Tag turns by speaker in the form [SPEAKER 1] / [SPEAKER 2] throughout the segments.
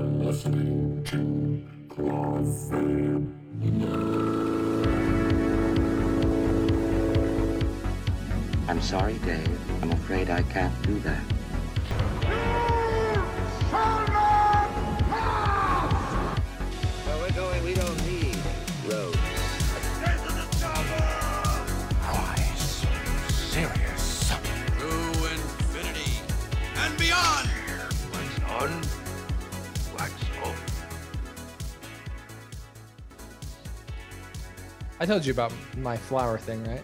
[SPEAKER 1] listening to Glorfam
[SPEAKER 2] I'm sorry, Dave. I'm afraid I can't do that.
[SPEAKER 3] Where we're going, we don't need roads.
[SPEAKER 4] to infinity and beyond.
[SPEAKER 5] I told you about my flower thing, right?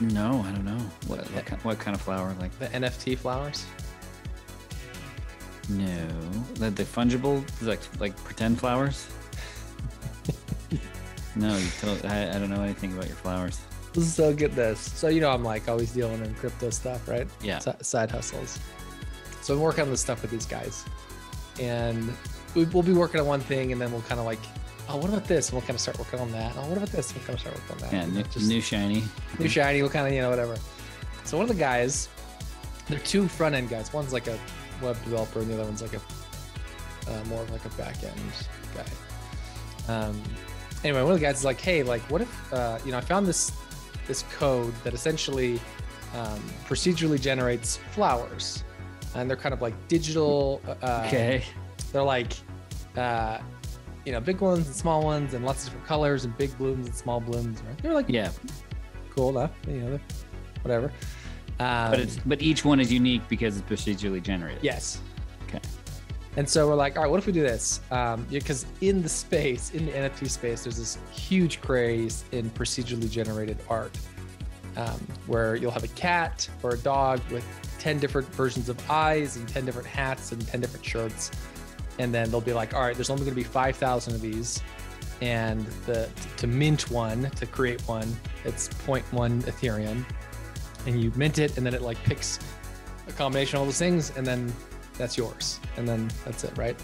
[SPEAKER 6] No, I don't know. What what kind, what kind of flower? Like
[SPEAKER 5] The NFT flowers.
[SPEAKER 6] no, the, the fungible like like pretend flowers. no, you told, I I don't know anything about your flowers.
[SPEAKER 5] So get this. So you know I'm like always dealing in crypto stuff, right?
[SPEAKER 6] Yeah.
[SPEAKER 5] Si- side hustles. So I'm working on this stuff with these guys, and we- we'll be working on one thing, and then we'll kind of like, oh, what about this? And we'll kind of start working on that. Oh, what about this? And we'll kind of start working on that.
[SPEAKER 6] Yeah,
[SPEAKER 5] You know,
[SPEAKER 6] new,
[SPEAKER 5] just-
[SPEAKER 6] new shiny.
[SPEAKER 5] new shiny, what kind of you know whatever. So one of the guys, they're two front end guys. One's like a web developer, and the other one's like a uh, more of like a back end guy. Um, anyway, one of the guys is like, hey, like what if uh, you know I found this this code that essentially um, procedurally generates flowers, and they're kind of like digital. Uh,
[SPEAKER 6] Okay.
[SPEAKER 5] they're like uh you know big ones and small ones and lots of different colors and big blooms and small blooms right? they're like
[SPEAKER 6] Yeah,
[SPEAKER 5] cool enough you know they're, whatever um,
[SPEAKER 6] but it's but each one is unique because it's procedurally generated.
[SPEAKER 5] yes
[SPEAKER 6] Okay.
[SPEAKER 5] and so we're like all right what if we do this um because in the space in the nft space there's this huge craze in procedurally generated art um, where you'll have a cat or a dog with 10 different versions of eyes and 10 different hats and 10 different shirts and then they'll be like all right there's only going to be 5000 of these and the to mint one to create one it's 0.1 ethereum and you mint it and then it like picks a combination of all those things and then that's yours and then that's it right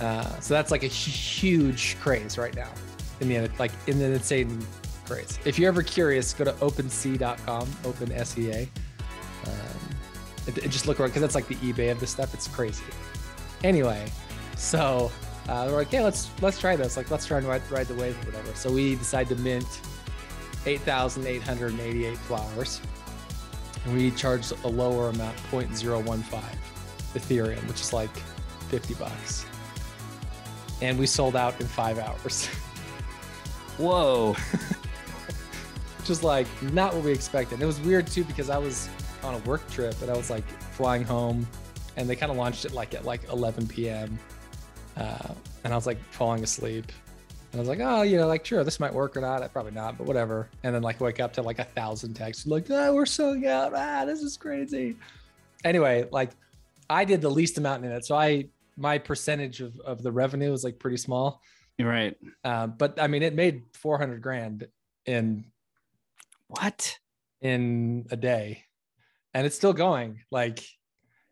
[SPEAKER 5] uh, so that's like a hu- huge craze right now in the like in an insane craze if you're ever curious go to opensea.com open sea um, it, it just look around because that's like the ebay of this stuff it's crazy anyway so uh, we're like yeah let's let's try this like let's try and ride, ride the wave or whatever so we decide to mint 8888 flowers and we charged a lower amount 0.015 ethereum which is like 50 bucks and we sold out in five hours
[SPEAKER 6] Whoa.
[SPEAKER 5] which is like not what we expected and it was weird too because i was on a work trip and i was like flying home and they kind of launched it like at like 11 p.m uh, and i was like falling asleep and i was like oh you know like sure this might work or not Uh, probably not but whatever and then like wake up to like a thousand texts like oh we're selling out ah this is crazy anyway like i did the least amount in it so i my percentage of, of the revenue was like pretty small
[SPEAKER 6] You're right.
[SPEAKER 5] uh, but I mean, it made 400 grand in
[SPEAKER 6] What?
[SPEAKER 5] in a day, and it's still going. Like,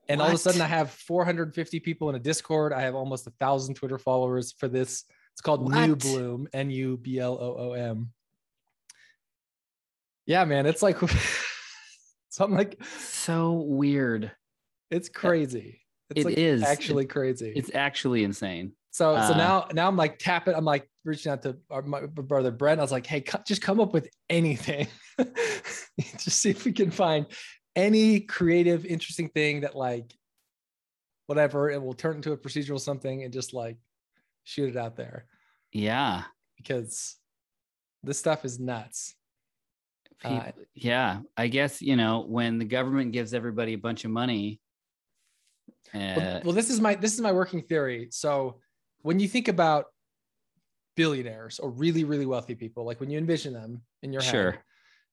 [SPEAKER 5] and all of a
[SPEAKER 6] What?
[SPEAKER 5] sudden, I have 450 people in a Discord. I have almost a thousand Twitter followers for this. It's called New
[SPEAKER 6] What?
[SPEAKER 5] Bloom, N U B L O O M. Yeah, man, it's like so. I'm like,
[SPEAKER 6] So weird.
[SPEAKER 5] it's crazy. It's
[SPEAKER 6] It
[SPEAKER 5] like
[SPEAKER 6] is.
[SPEAKER 5] actually crazy.
[SPEAKER 6] It's actually insane.
[SPEAKER 5] So so
[SPEAKER 6] Uh,
[SPEAKER 5] now now I'm like tapping. I'm like reaching out to our, my brother Brent. I was like, hey, co- just come up with anything. just see if we can find any creative, interesting thing that like whatever it will turn into a procedural something and just like shoot it out there
[SPEAKER 6] Yeah.
[SPEAKER 5] because this stuff is nuts. Uh,
[SPEAKER 6] Peop- yeah. I guess you know when the government gives everybody a bunch of money.
[SPEAKER 5] well,
[SPEAKER 6] Uh,
[SPEAKER 5] well, this is my this is my working theory so when you think about billionaires or really really wealthy people like when you envision them in your
[SPEAKER 6] Sure.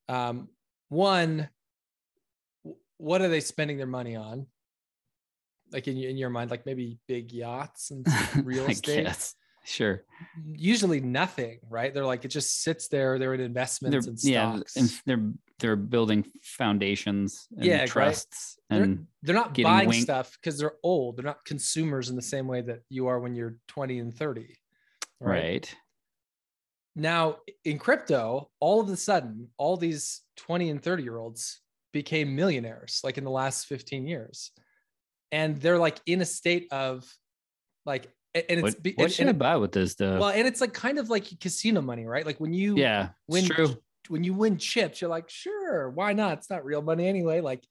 [SPEAKER 5] head um, one w- what are they spending their money on like in, your- in your mind like maybe big yachts and real
[SPEAKER 6] I
[SPEAKER 5] estate
[SPEAKER 6] guess. Sure.
[SPEAKER 5] usually nothing right they're like it just sits there they're in investments and stocks
[SPEAKER 6] and they're they're building foundations and
[SPEAKER 5] Yeah, right.
[SPEAKER 6] trusts
[SPEAKER 5] they're,
[SPEAKER 6] and
[SPEAKER 5] they're not
[SPEAKER 6] getting
[SPEAKER 5] buying
[SPEAKER 6] winked.
[SPEAKER 5] stuff because they're old they're not consumers in the same way that you are when you're 20 and 30
[SPEAKER 6] right.
[SPEAKER 5] Now, in crypto, all of a sudden, all these 20 and 30 year olds became millionaires like in the last 15 years. And they're like in a state of Like, a- and it's
[SPEAKER 6] What,
[SPEAKER 5] be-
[SPEAKER 6] what
[SPEAKER 5] and-
[SPEAKER 6] should I
[SPEAKER 5] and,
[SPEAKER 6] buy with this stuff?
[SPEAKER 5] well, and it's like kind of like casino money, right? Like when you
[SPEAKER 6] yeah,
[SPEAKER 5] when
[SPEAKER 6] it's true.
[SPEAKER 5] when you win chips, you're like, sure, why not? It's not real money anyway. Like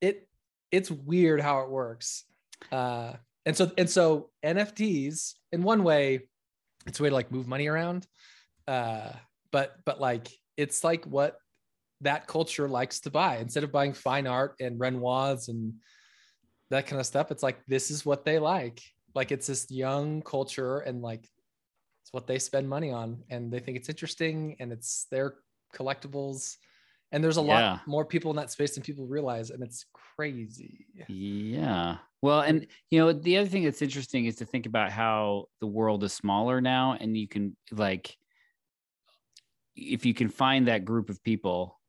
[SPEAKER 5] it it's weird how it works. Uh and so and so NFTs in one way, it's a way to like move money around. Uh but but like it's like what that culture likes to buy. Instead of buying fine art and Renoirs and that kind of stuff, it's like this is what they like. Like it's this young culture and like it's what they spend money on and they think it's interesting and it's their collectibles and there's a
[SPEAKER 6] Yeah.
[SPEAKER 5] lot more people in that space than people realize and it's crazy
[SPEAKER 6] Yeah. Well, and you know, the other thing that's interesting is to think about how the world is smaller now, and you can like, if you can find that group of people.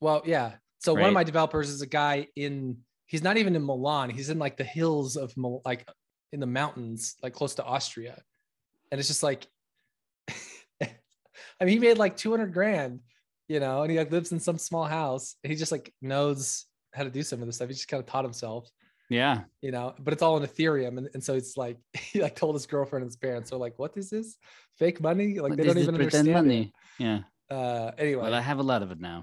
[SPEAKER 5] well yeah so one of
[SPEAKER 6] Right.
[SPEAKER 5] my developers is a guy in he's not even in milan he's in like the hills of Mil- like in the mountains like close to austria and it's just like i mean he made like 200 grand you know and he like lives in some small house and he just like knows how to do some of this stuff he just kind of taught himself
[SPEAKER 6] Yeah.
[SPEAKER 5] you know, but it's all in Ethereum. And, and so it's like, he like told his girlfriend and his parents, they're like, what is this fake money? Like
[SPEAKER 6] What
[SPEAKER 5] they
[SPEAKER 6] is
[SPEAKER 5] don't
[SPEAKER 6] this
[SPEAKER 5] even
[SPEAKER 6] pretend
[SPEAKER 5] understand. it.
[SPEAKER 6] money? Yeah.
[SPEAKER 5] Uh, anyway,
[SPEAKER 6] Well, I have a lot of it now.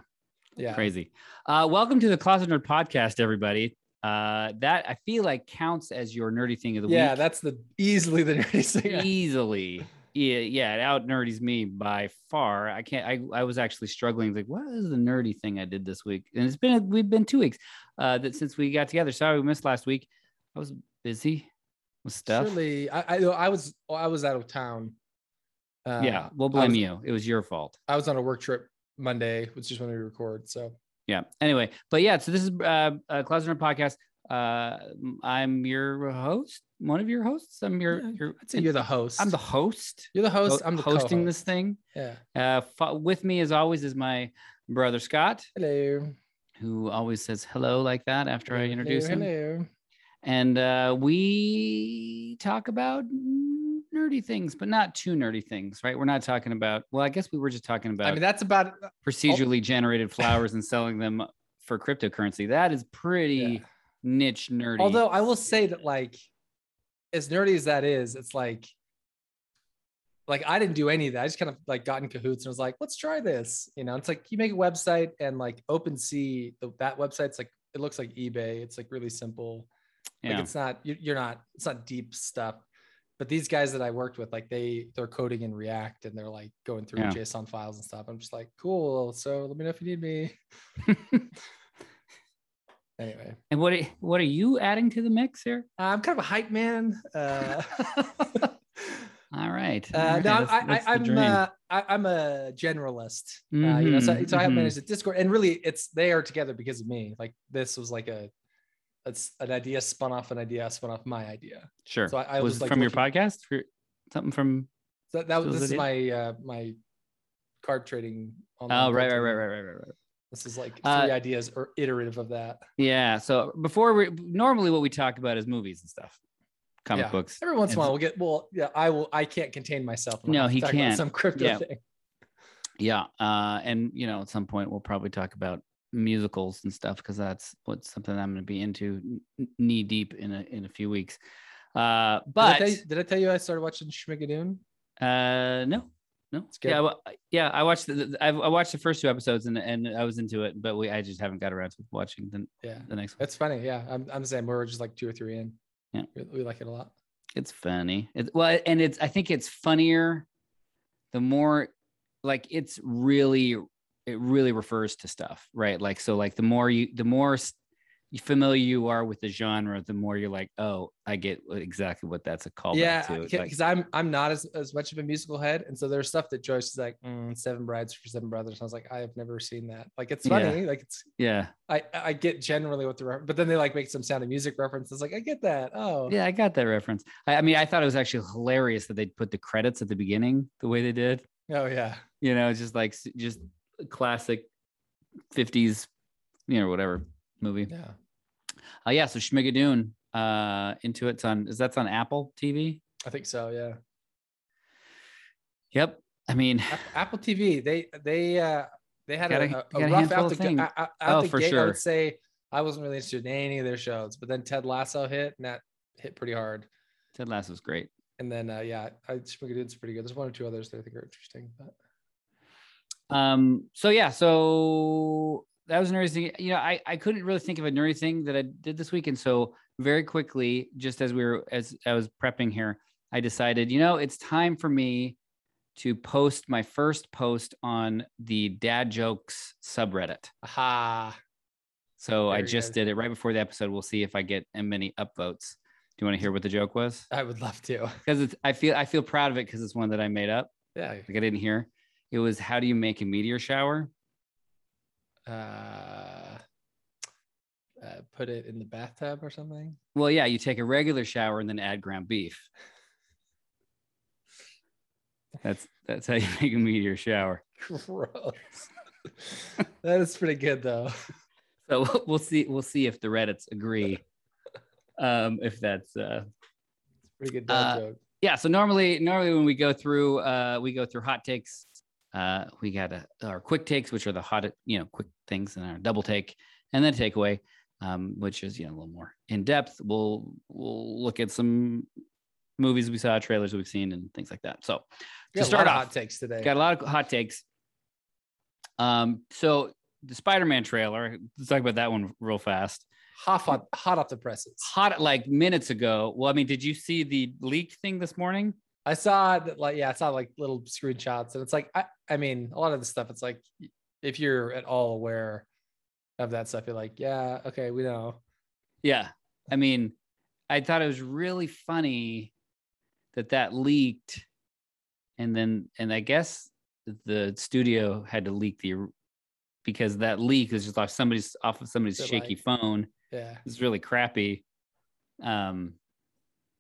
[SPEAKER 5] yeah.
[SPEAKER 6] Crazy. Uh, welcome to the Closet Nerd Podcast, everybody. Uh, that I feel like counts as your nerdy thing of the
[SPEAKER 5] Yeah.
[SPEAKER 6] week.
[SPEAKER 5] That's the easily the nerdiest thing.
[SPEAKER 6] easily. Yeah, yeah, it out nerdies me by far. I can't. I, I was actually struggling. Like, what is the nerdy thing I did this week? And it's been we've been two weeks uh, that since we got together. Sorry, we missed last week. I was busy with stuff.
[SPEAKER 5] Surely I, I, I was, I was out of town. Uh,
[SPEAKER 6] yeah, we'll
[SPEAKER 5] I
[SPEAKER 6] blame
[SPEAKER 5] was-
[SPEAKER 6] you. It was your fault.
[SPEAKER 5] I was on a work trip Monday, which is when we record. So
[SPEAKER 6] Yeah. Anyway, but yeah. So this is uh, uh Closet Nerd Podcast. Uh, I'm your host. One of your hosts. I'm your.
[SPEAKER 5] Yeah,
[SPEAKER 6] your
[SPEAKER 5] I'd say you're the host.
[SPEAKER 6] I'm the host.
[SPEAKER 5] you're the host. I'm the
[SPEAKER 6] hosting
[SPEAKER 5] co-host.
[SPEAKER 6] this thing.
[SPEAKER 5] Yeah.
[SPEAKER 6] Uh, fo- with me as always is my brother Scott.
[SPEAKER 5] Hello.
[SPEAKER 6] who always says hello like that after I
[SPEAKER 5] Hello,
[SPEAKER 6] introduce him.
[SPEAKER 5] hello.
[SPEAKER 6] And uh, we talk about nerdy things, but not too nerdy things, right? We're not talking about, well, I guess we were just talking about
[SPEAKER 5] I mean, that's about
[SPEAKER 6] procedurally generated flowers and selling them for cryptocurrency. That is pretty
[SPEAKER 5] Yeah.
[SPEAKER 6] niche nerdy.
[SPEAKER 5] Although I will say that like as nerdy as that is, it's like like I didn't do any of that. I just kind of like got in cahoots and was like, let's try this. You know, it's like you make a website and like OpenSea, the, that website's like it looks like eBay. It's like really simple.
[SPEAKER 6] yeah.
[SPEAKER 5] Like it's not you- you're not it's not deep stuff. But these guys that I worked with, like they they're coding in React and they're like going through
[SPEAKER 6] Yeah.
[SPEAKER 5] JSON files and stuff. I'm just like, cool. So let me know if you need me. Anyway.
[SPEAKER 6] and what are- what are you adding to the mix here?
[SPEAKER 5] Uh, I'm kind of a hype man. Uh,
[SPEAKER 6] All right. All
[SPEAKER 5] uh,
[SPEAKER 6] right,
[SPEAKER 5] no,
[SPEAKER 6] that's-
[SPEAKER 5] I, I,
[SPEAKER 6] that's the
[SPEAKER 5] I'm
[SPEAKER 6] dream.
[SPEAKER 5] uh, I, I'm a generalist. Uh, you know, so,
[SPEAKER 6] Mhm,
[SPEAKER 5] so I have
[SPEAKER 6] mhm.
[SPEAKER 5] managed a Discord, and really, it's they are together because of me. Like this was like a, it's an idea spun off an idea spun off my idea.
[SPEAKER 6] sure.
[SPEAKER 5] so I- I
[SPEAKER 6] was
[SPEAKER 5] was,
[SPEAKER 6] it
[SPEAKER 5] like,
[SPEAKER 6] from your
[SPEAKER 5] looking-
[SPEAKER 6] podcast? For- something from
[SPEAKER 5] So that was
[SPEAKER 6] So is
[SPEAKER 5] this is
[SPEAKER 6] it it?
[SPEAKER 5] my uh, my card trading. online
[SPEAKER 6] Oh, right,
[SPEAKER 5] card
[SPEAKER 6] right, right,
[SPEAKER 5] trading.
[SPEAKER 6] right, right, right, right.
[SPEAKER 5] This is like three
[SPEAKER 6] Uh,
[SPEAKER 5] ideas or iterative of that.
[SPEAKER 6] Yeah. So before we normally what we talk about is movies and stuff, comic
[SPEAKER 5] Yeah.
[SPEAKER 6] books.
[SPEAKER 5] Every once in a
[SPEAKER 6] and-
[SPEAKER 5] while, we'll get well. Yeah, I will. I can't contain myself. when
[SPEAKER 6] No,
[SPEAKER 5] I'm
[SPEAKER 6] he
[SPEAKER 5] talking about
[SPEAKER 6] can't.
[SPEAKER 5] Some crypto
[SPEAKER 6] Yeah.
[SPEAKER 5] thing.
[SPEAKER 6] Yeah. Uh, and you know, at some point we'll probably talk about musicals and stuff because that's what's something I'm going to be into knee deep in a in a few weeks. Uh,
[SPEAKER 5] Did I
[SPEAKER 6] but
[SPEAKER 5] tell you- did I tell you I started watching Schmigadoon?
[SPEAKER 6] uh, no, no.
[SPEAKER 5] good.
[SPEAKER 6] Yeah, well, yeah. I watched the, the- I, I watched the first two episodes and and I was into it, but we I just haven't got around to watching the
[SPEAKER 5] Yeah.
[SPEAKER 6] the next one.
[SPEAKER 5] That's funny. Yeah, I'm, I'm the same. We're just like two or three in.
[SPEAKER 6] Yeah.
[SPEAKER 5] we, we like it a lot.
[SPEAKER 6] It's funny. It's well, and it's I think it's funnier the more like it's really it really refers to stuff, right? Like so like the more you the more s- you familiar you are with the genre, the more you're like, oh, I get what- exactly what that's a callback
[SPEAKER 5] yeah,
[SPEAKER 6] to. It's like,
[SPEAKER 5] because I'm I'm not as, as much of a musical head, and so there's stuff that Joyce is like "Mm, Seven Brides for Seven Brothers. And I was like, I have never seen that. Like it's
[SPEAKER 6] Yeah.
[SPEAKER 5] funny. Like it's
[SPEAKER 6] yeah,
[SPEAKER 5] I I get generally what the reference, but then they like make some sound of music references. Like I get that. Oh
[SPEAKER 6] yeah, I got that reference. I, I mean, I thought it was actually hilarious that they put the credits at the beginning the way they did.
[SPEAKER 5] oh yeah.
[SPEAKER 6] You know, it's just like s- just classic '50s, you know, whatever movie.
[SPEAKER 5] Yeah.
[SPEAKER 6] Uh, yeah, so Schmigadoon uh, into it's on is that's on Apple TV?
[SPEAKER 5] I think so. Yeah.
[SPEAKER 6] Yep. I mean,
[SPEAKER 5] App- Apple TV. They they uh they had
[SPEAKER 6] Got a-
[SPEAKER 5] a, a,
[SPEAKER 6] got a
[SPEAKER 5] rough
[SPEAKER 6] handful
[SPEAKER 5] out
[SPEAKER 6] of
[SPEAKER 5] the,
[SPEAKER 6] thing.
[SPEAKER 5] out, out
[SPEAKER 6] Oh,
[SPEAKER 5] the
[SPEAKER 6] for
[SPEAKER 5] gate. I
[SPEAKER 6] sure.
[SPEAKER 5] would say I wasn't really interested in any of their shows, but then Ted Lasso hit and that hit pretty hard.
[SPEAKER 6] Ted Lasso's great.
[SPEAKER 5] And then uh, yeah, I Schmigadoon's pretty good. There's one or two others that I think are interesting, but
[SPEAKER 6] Um, so yeah, so that was an nerdy thing. You know, I, I couldn't really think of a nerdy thing that I did this week. And so very quickly, just as we were as I was prepping here, I decided, you know, it's time for me to post my first post on the dad jokes subreddit.
[SPEAKER 5] aha.
[SPEAKER 6] So I
[SPEAKER 5] Very
[SPEAKER 6] just
[SPEAKER 5] good.
[SPEAKER 6] did it right before the episode. We'll see if I get many upvotes. Do you want to hear what the joke was?
[SPEAKER 5] I would love to.
[SPEAKER 6] Because it's I feel I feel proud of it because it's one that I made up.
[SPEAKER 5] Yeah.
[SPEAKER 6] Like I didn't hear. It was how do you make a meteor shower?
[SPEAKER 5] Uh, uh, put it in the bathtub or something.
[SPEAKER 6] Well, yeah, you take a regular shower and then add ground beef. That's that's how you make a meteor shower.
[SPEAKER 5] Gross. that is pretty good though.
[SPEAKER 6] So we'll, we'll see we'll see if the Reddits agree. Um, if that's uh,
[SPEAKER 5] Pretty good dad
[SPEAKER 6] Uh,
[SPEAKER 5] joke.
[SPEAKER 6] yeah. So normally normally when we go through uh, we go through hot takes. Uh, we got a, our quick takes, which are the hot you know quick things, and our double take, and then takeaway, um, which is you know a little more in depth. We'll we'll look at some movies we saw, trailers we've seen, and things like that. So.
[SPEAKER 5] We got
[SPEAKER 6] to
[SPEAKER 5] a
[SPEAKER 6] start
[SPEAKER 5] lot of
[SPEAKER 6] off,
[SPEAKER 5] hot takes today.
[SPEAKER 6] Got a lot of hot takes. Um, so the Spider-Man trailer, let's talk about that one real fast.
[SPEAKER 5] hot, on- hot off the presses.
[SPEAKER 6] Hot like minutes ago. Well, I mean, did you see the leaked thing this morning?
[SPEAKER 5] I saw that, like, yeah, I saw like little screenshots, and it's like, I, I mean, a lot of the stuff, it's like, if you're at all aware of that stuff, you're like, yeah, okay, we know.
[SPEAKER 6] Yeah. I mean, I thought it was really funny that that leaked and then and I guess the studio had to leak the because that leak was just off somebody's off of somebody's
[SPEAKER 5] They're
[SPEAKER 6] shaky
[SPEAKER 5] like-
[SPEAKER 6] phone.
[SPEAKER 5] Yeah,
[SPEAKER 6] It's really crappy. Um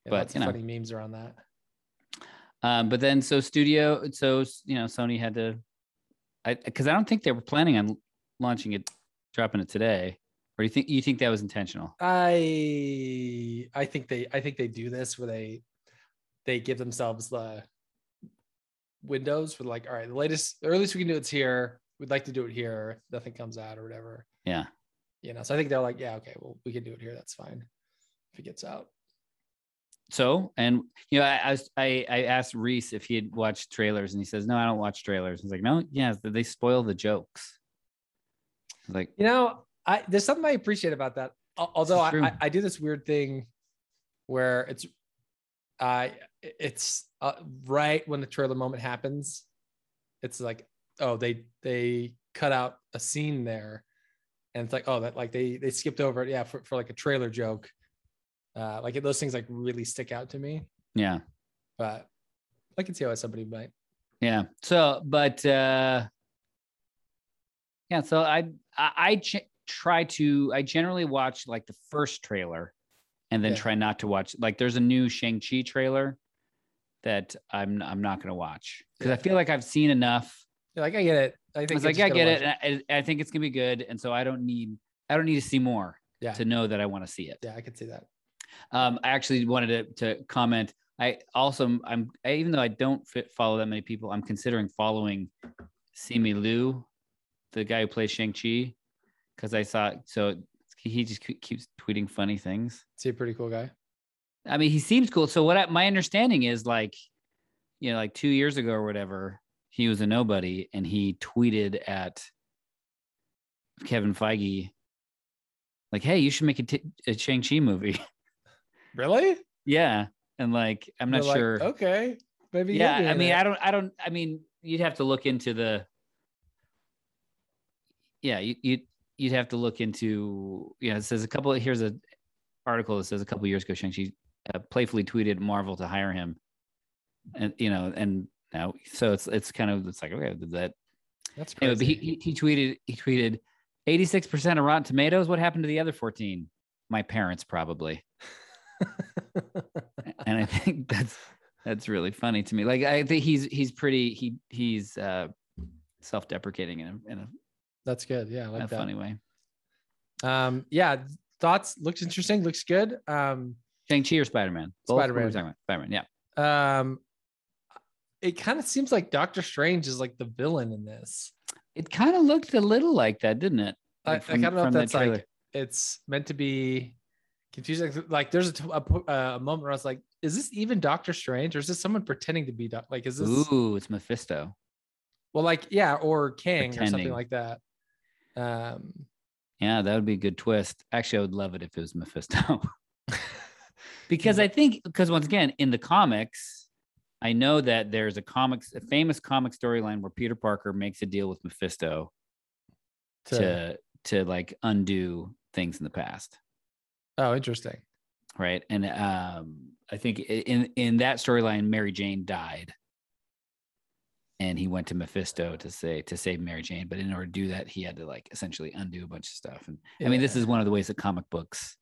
[SPEAKER 5] yeah
[SPEAKER 6] But,
[SPEAKER 5] lots
[SPEAKER 6] you
[SPEAKER 5] of
[SPEAKER 6] know.
[SPEAKER 5] funny memes around that.
[SPEAKER 6] Um, but then so studio, so you know, Sony had to, I because I don't think they were planning on launching it, dropping it today. Or do you think you think that was intentional?
[SPEAKER 5] I, I think they, I think they do this where they, they give themselves the windows for like, all right, the latest, the earliest we can do it's here. We'd like to do it here. if Nothing comes out or whatever,
[SPEAKER 6] Yeah,
[SPEAKER 5] you know. So I think they're like, yeah, okay, well, we can do it here. That's fine if it gets out.
[SPEAKER 6] So and you know, I I, was- I I asked Reese if he had watched trailers, and he says, "No, I don't watch trailers." I was like, "No, yeah, they spoil the jokes." I was like,
[SPEAKER 5] You know, I there's something I appreciate about that. Al- Although I,
[SPEAKER 6] true.
[SPEAKER 5] I, I do this weird thing where it's I it's uh, right when the trailer moment happens, it's like oh they they cut out a scene there, and it's like oh that like they they skipped over it yeah for, for like a trailer joke, uh like those things like really stick out to me.
[SPEAKER 6] "Yeah,
[SPEAKER 5] But I can see how somebody might.
[SPEAKER 6] yeah." So, but uh, yeah, so I I, I ch- try to I generally watch like the first trailer, and then
[SPEAKER 5] Yeah.
[SPEAKER 6] try not to watch. Like, there's a new Shang Chi trailer that I'm I'm not gonna watch because I
[SPEAKER 5] Yeah.
[SPEAKER 6] feel like I've seen enough.
[SPEAKER 5] You're like I get it. I think
[SPEAKER 6] I was
[SPEAKER 5] you're
[SPEAKER 6] like,
[SPEAKER 5] just
[SPEAKER 6] yeah, I
[SPEAKER 5] gonna
[SPEAKER 6] get
[SPEAKER 5] watch
[SPEAKER 6] it. and I, I think it's gonna be good, and so I don't need I don't need to see more
[SPEAKER 5] Yeah.
[SPEAKER 6] to know that I want to see it.
[SPEAKER 5] Yeah, I can see that.
[SPEAKER 6] Um, I actually wanted to, to comment. I also I'm I, even though I don't fit, follow that many people, I'm considering following Simi Liu, the guy who plays Shang Chi, because I saw so he just ke- keeps tweeting funny things.
[SPEAKER 5] See a pretty cool guy.
[SPEAKER 6] I mean, he seems cool. So what I, my understanding is like, you know, like two years ago or whatever, he was a nobody and he tweeted at Kevin Feige, like, "Hey, you should make a, t- a Shang Chi movie."
[SPEAKER 5] Really?
[SPEAKER 6] yeah, and like, I'm not
[SPEAKER 5] They're like,
[SPEAKER 6] sure.
[SPEAKER 5] okay, maybe.
[SPEAKER 6] yeah, I mean, I don't, I don't, I mean, you'd have to look into the. Yeah, you you you'd have to look into. Yeah, it says a couple. Here's a article that says a couple years ago, Shang Chi uh, playfully tweeted Marvel to hire him, and you know, and now so it's it's kind of it's like okay, did that
[SPEAKER 5] That's crazy.
[SPEAKER 6] anyway, but he, he he tweeted he tweeted eighty six percent of Rotten Tomatoes. What happened to the other fourteen? My parents probably. and I think that's that's really funny to me. Like I think he's he's pretty he he's uh self-deprecating in a in a,
[SPEAKER 5] That's good. Yeah, I
[SPEAKER 6] a
[SPEAKER 5] like that.
[SPEAKER 6] funny way.
[SPEAKER 5] Um, yeah, thoughts. Looks interesting. Looks good. Um,
[SPEAKER 6] Shang Chi or Spider Man?
[SPEAKER 5] Spider-Man.
[SPEAKER 6] Spider Man. Yeah.
[SPEAKER 5] um, it kind of seems like Doctor Strange is like the villain in this.
[SPEAKER 6] It kind of looked a little like that, didn't it?
[SPEAKER 5] I-
[SPEAKER 6] Like,
[SPEAKER 5] I kinda know if
[SPEAKER 6] that
[SPEAKER 5] that's, like,
[SPEAKER 6] trailer.
[SPEAKER 5] It's meant to be confusing. Like, there's a, t- a, po- a moment where I was like, is this even Doctor Strange or is this someone pretending to be doc- like is this
[SPEAKER 6] Ooh, it's Mephisto.
[SPEAKER 5] well like yeah or Kang or
[SPEAKER 6] Pretending.
[SPEAKER 5] something like that. Um,
[SPEAKER 6] Yeah, that would be a good twist. Actually, I would love it if it was Mephisto. because I think because once again, in the comics, I know that there's a comics a famous comic storyline where Peter Parker makes a deal with Mephisto
[SPEAKER 5] to,
[SPEAKER 6] to to like undo things in the past.
[SPEAKER 5] oh, interesting.
[SPEAKER 6] right and um i think i- in in that storyline mary jane died and he went to mephisto to say to save mary jane but in order to do that he had to like essentially undo a bunch of stuff and i mean this
[SPEAKER 5] Yeah.
[SPEAKER 6] is one of the ways that comic books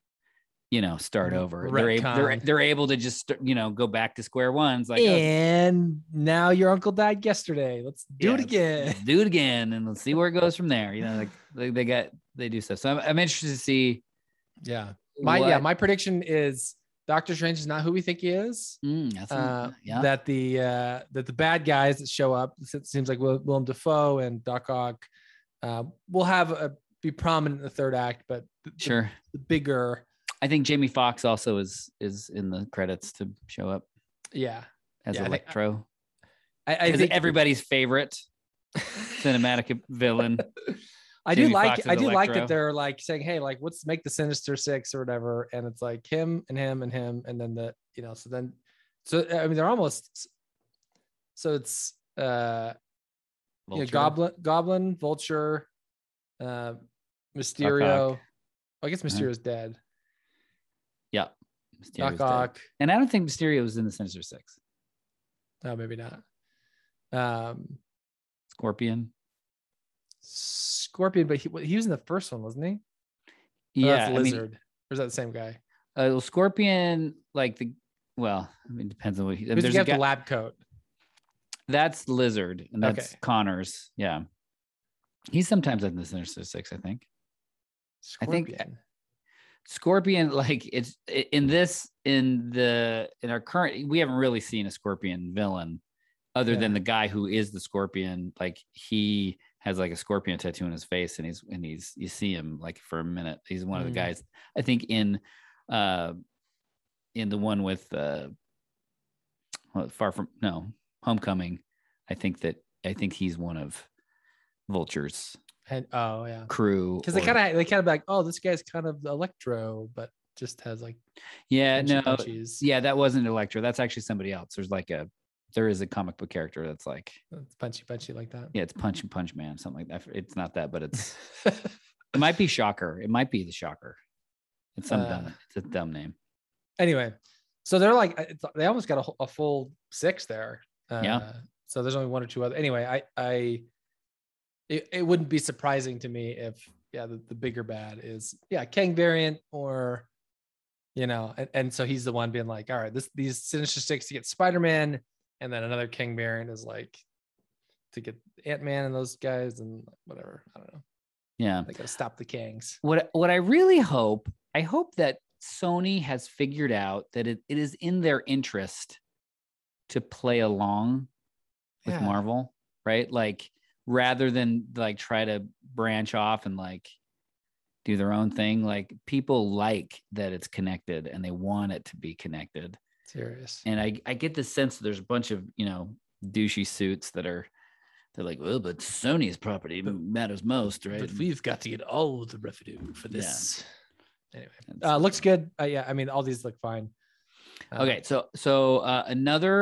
[SPEAKER 6] you know start
[SPEAKER 5] Mm,
[SPEAKER 6] over they're, ab- they're,
[SPEAKER 5] retcon.
[SPEAKER 6] they're able to just st- you know go back to square ones like oh,
[SPEAKER 5] and now your uncle died yesterday. Let's do it
[SPEAKER 6] yeah,
[SPEAKER 5] again.
[SPEAKER 6] let's do it again and let's see where it goes from there you know like they, they got they do stuff so i'm, I'm interested to see
[SPEAKER 5] Yeah. My yeah,
[SPEAKER 6] what-
[SPEAKER 5] my prediction is Doctor Strange is not who we think he is.
[SPEAKER 6] Mm, that's not-
[SPEAKER 5] Uh,
[SPEAKER 6] yeah
[SPEAKER 5] That the uh, that the bad guys that show up, it seems like Will, Willem Dafoe and Doc Ock, uh, will have a, be prominent in the third act, but the, the-
[SPEAKER 6] sure
[SPEAKER 5] the bigger,
[SPEAKER 6] I think Jamie Foxx also is is in the credits to show up
[SPEAKER 5] yeah.
[SPEAKER 6] as
[SPEAKER 5] Yeah, I think-
[SPEAKER 6] Electro.
[SPEAKER 5] I, I
[SPEAKER 6] Is
[SPEAKER 5] think
[SPEAKER 6] everybody's favorite cinematic villain.
[SPEAKER 5] I do
[SPEAKER 6] Jamie
[SPEAKER 5] like
[SPEAKER 6] Foxx
[SPEAKER 5] I
[SPEAKER 6] is
[SPEAKER 5] do like that
[SPEAKER 6] Electro.
[SPEAKER 5] they're like saying, hey, like let's make the Sinister Six or whatever, and it's like him and him and him, and then the you know, so then so I mean they're almost so it's uh
[SPEAKER 6] Vulture.
[SPEAKER 5] yeah goblin goblin vulture, uh, Mysterio. Well, I guess Mysterio's dead.
[SPEAKER 6] Uh-huh. Yeah.
[SPEAKER 5] Doc
[SPEAKER 6] Mysterio's dead.
[SPEAKER 5] Ock.
[SPEAKER 6] And I don't think Mysterio was in the Sinister Six.
[SPEAKER 5] No, maybe not. Um,
[SPEAKER 6] Scorpion.
[SPEAKER 5] Scorpion, but he he was in the first one, wasn't he? Or
[SPEAKER 6] Yeah.
[SPEAKER 5] Oh, that's
[SPEAKER 6] I mean,
[SPEAKER 5] Lizard. or is that the same guy?
[SPEAKER 6] uh, well, Scorpion, like the well, I mean, it depends on what he.
[SPEAKER 5] Who's the
[SPEAKER 6] There's
[SPEAKER 5] guy
[SPEAKER 6] a
[SPEAKER 5] with
[SPEAKER 6] guy,
[SPEAKER 5] the lab coat?
[SPEAKER 6] that's Lizard, and that's
[SPEAKER 5] Okay.
[SPEAKER 6] Connors. Yeah. He's sometimes in the Sinister Six, I think. I think-
[SPEAKER 5] Scorpion.
[SPEAKER 6] scorpion like it's i- in this in the in our current we haven't really seen a scorpion villain other than
[SPEAKER 5] Yeah.
[SPEAKER 6] the guy who is the scorpion like he has like a scorpion tattoo on his face and he's and he's you see him like for a minute he's one of the
[SPEAKER 5] Mm.
[SPEAKER 6] guys i think in uh in the one with uh well, far from no homecoming i think that i think he's one of vulture's
[SPEAKER 5] And oh yeah.
[SPEAKER 6] crew
[SPEAKER 5] because they
[SPEAKER 6] or-
[SPEAKER 5] kind of they kind of like oh this guy's kind of electro but just has like
[SPEAKER 6] yeah
[SPEAKER 5] punchy
[SPEAKER 6] no
[SPEAKER 5] punchies.
[SPEAKER 6] Yeah, that wasn't Electro. That's actually somebody else. There's like a there is a comic book character that's like
[SPEAKER 5] It's punchy punchy like that
[SPEAKER 6] yeah, it's Punch and Punch Man, something like that. It's not that, but it's it might be Shocker. It might be the Shocker. It's some
[SPEAKER 5] Uh,
[SPEAKER 6] dumb. It's a dumb name.
[SPEAKER 5] anyway so they're like it's, they almost got a, whole- a full six there uh,
[SPEAKER 6] Yeah.
[SPEAKER 5] so there's only one or two other anyway i i it, it wouldn't be surprising to me if yeah the, the bigger bad is yeah kang variant or you know and, and so he's the one being like all right this these sinister six to get spider-man and then another king variant is like to get ant-man and those guys and whatever i don't know
[SPEAKER 6] Yeah.
[SPEAKER 5] they gotta stop the kangs
[SPEAKER 6] What what I really hope, I hope that Sony has figured out that it, it is in their interest to play along with
[SPEAKER 5] Yeah.
[SPEAKER 6] Marvel, right? Like rather than like try to branch off and like do their own thing, like people like that it's connected and they want it to be connected.
[SPEAKER 5] serious
[SPEAKER 6] And I I get the sense that there's a bunch of, you know, douchey suits that are they're like, well, but Sony's property
[SPEAKER 5] But-
[SPEAKER 6] matters most, right?
[SPEAKER 5] but we've got to get all the revenue for
[SPEAKER 6] Yeah.
[SPEAKER 5] this anyway
[SPEAKER 6] And
[SPEAKER 5] uh looks good uh, yeah i mean all these look fine Uh,
[SPEAKER 6] Okay, so so uh, another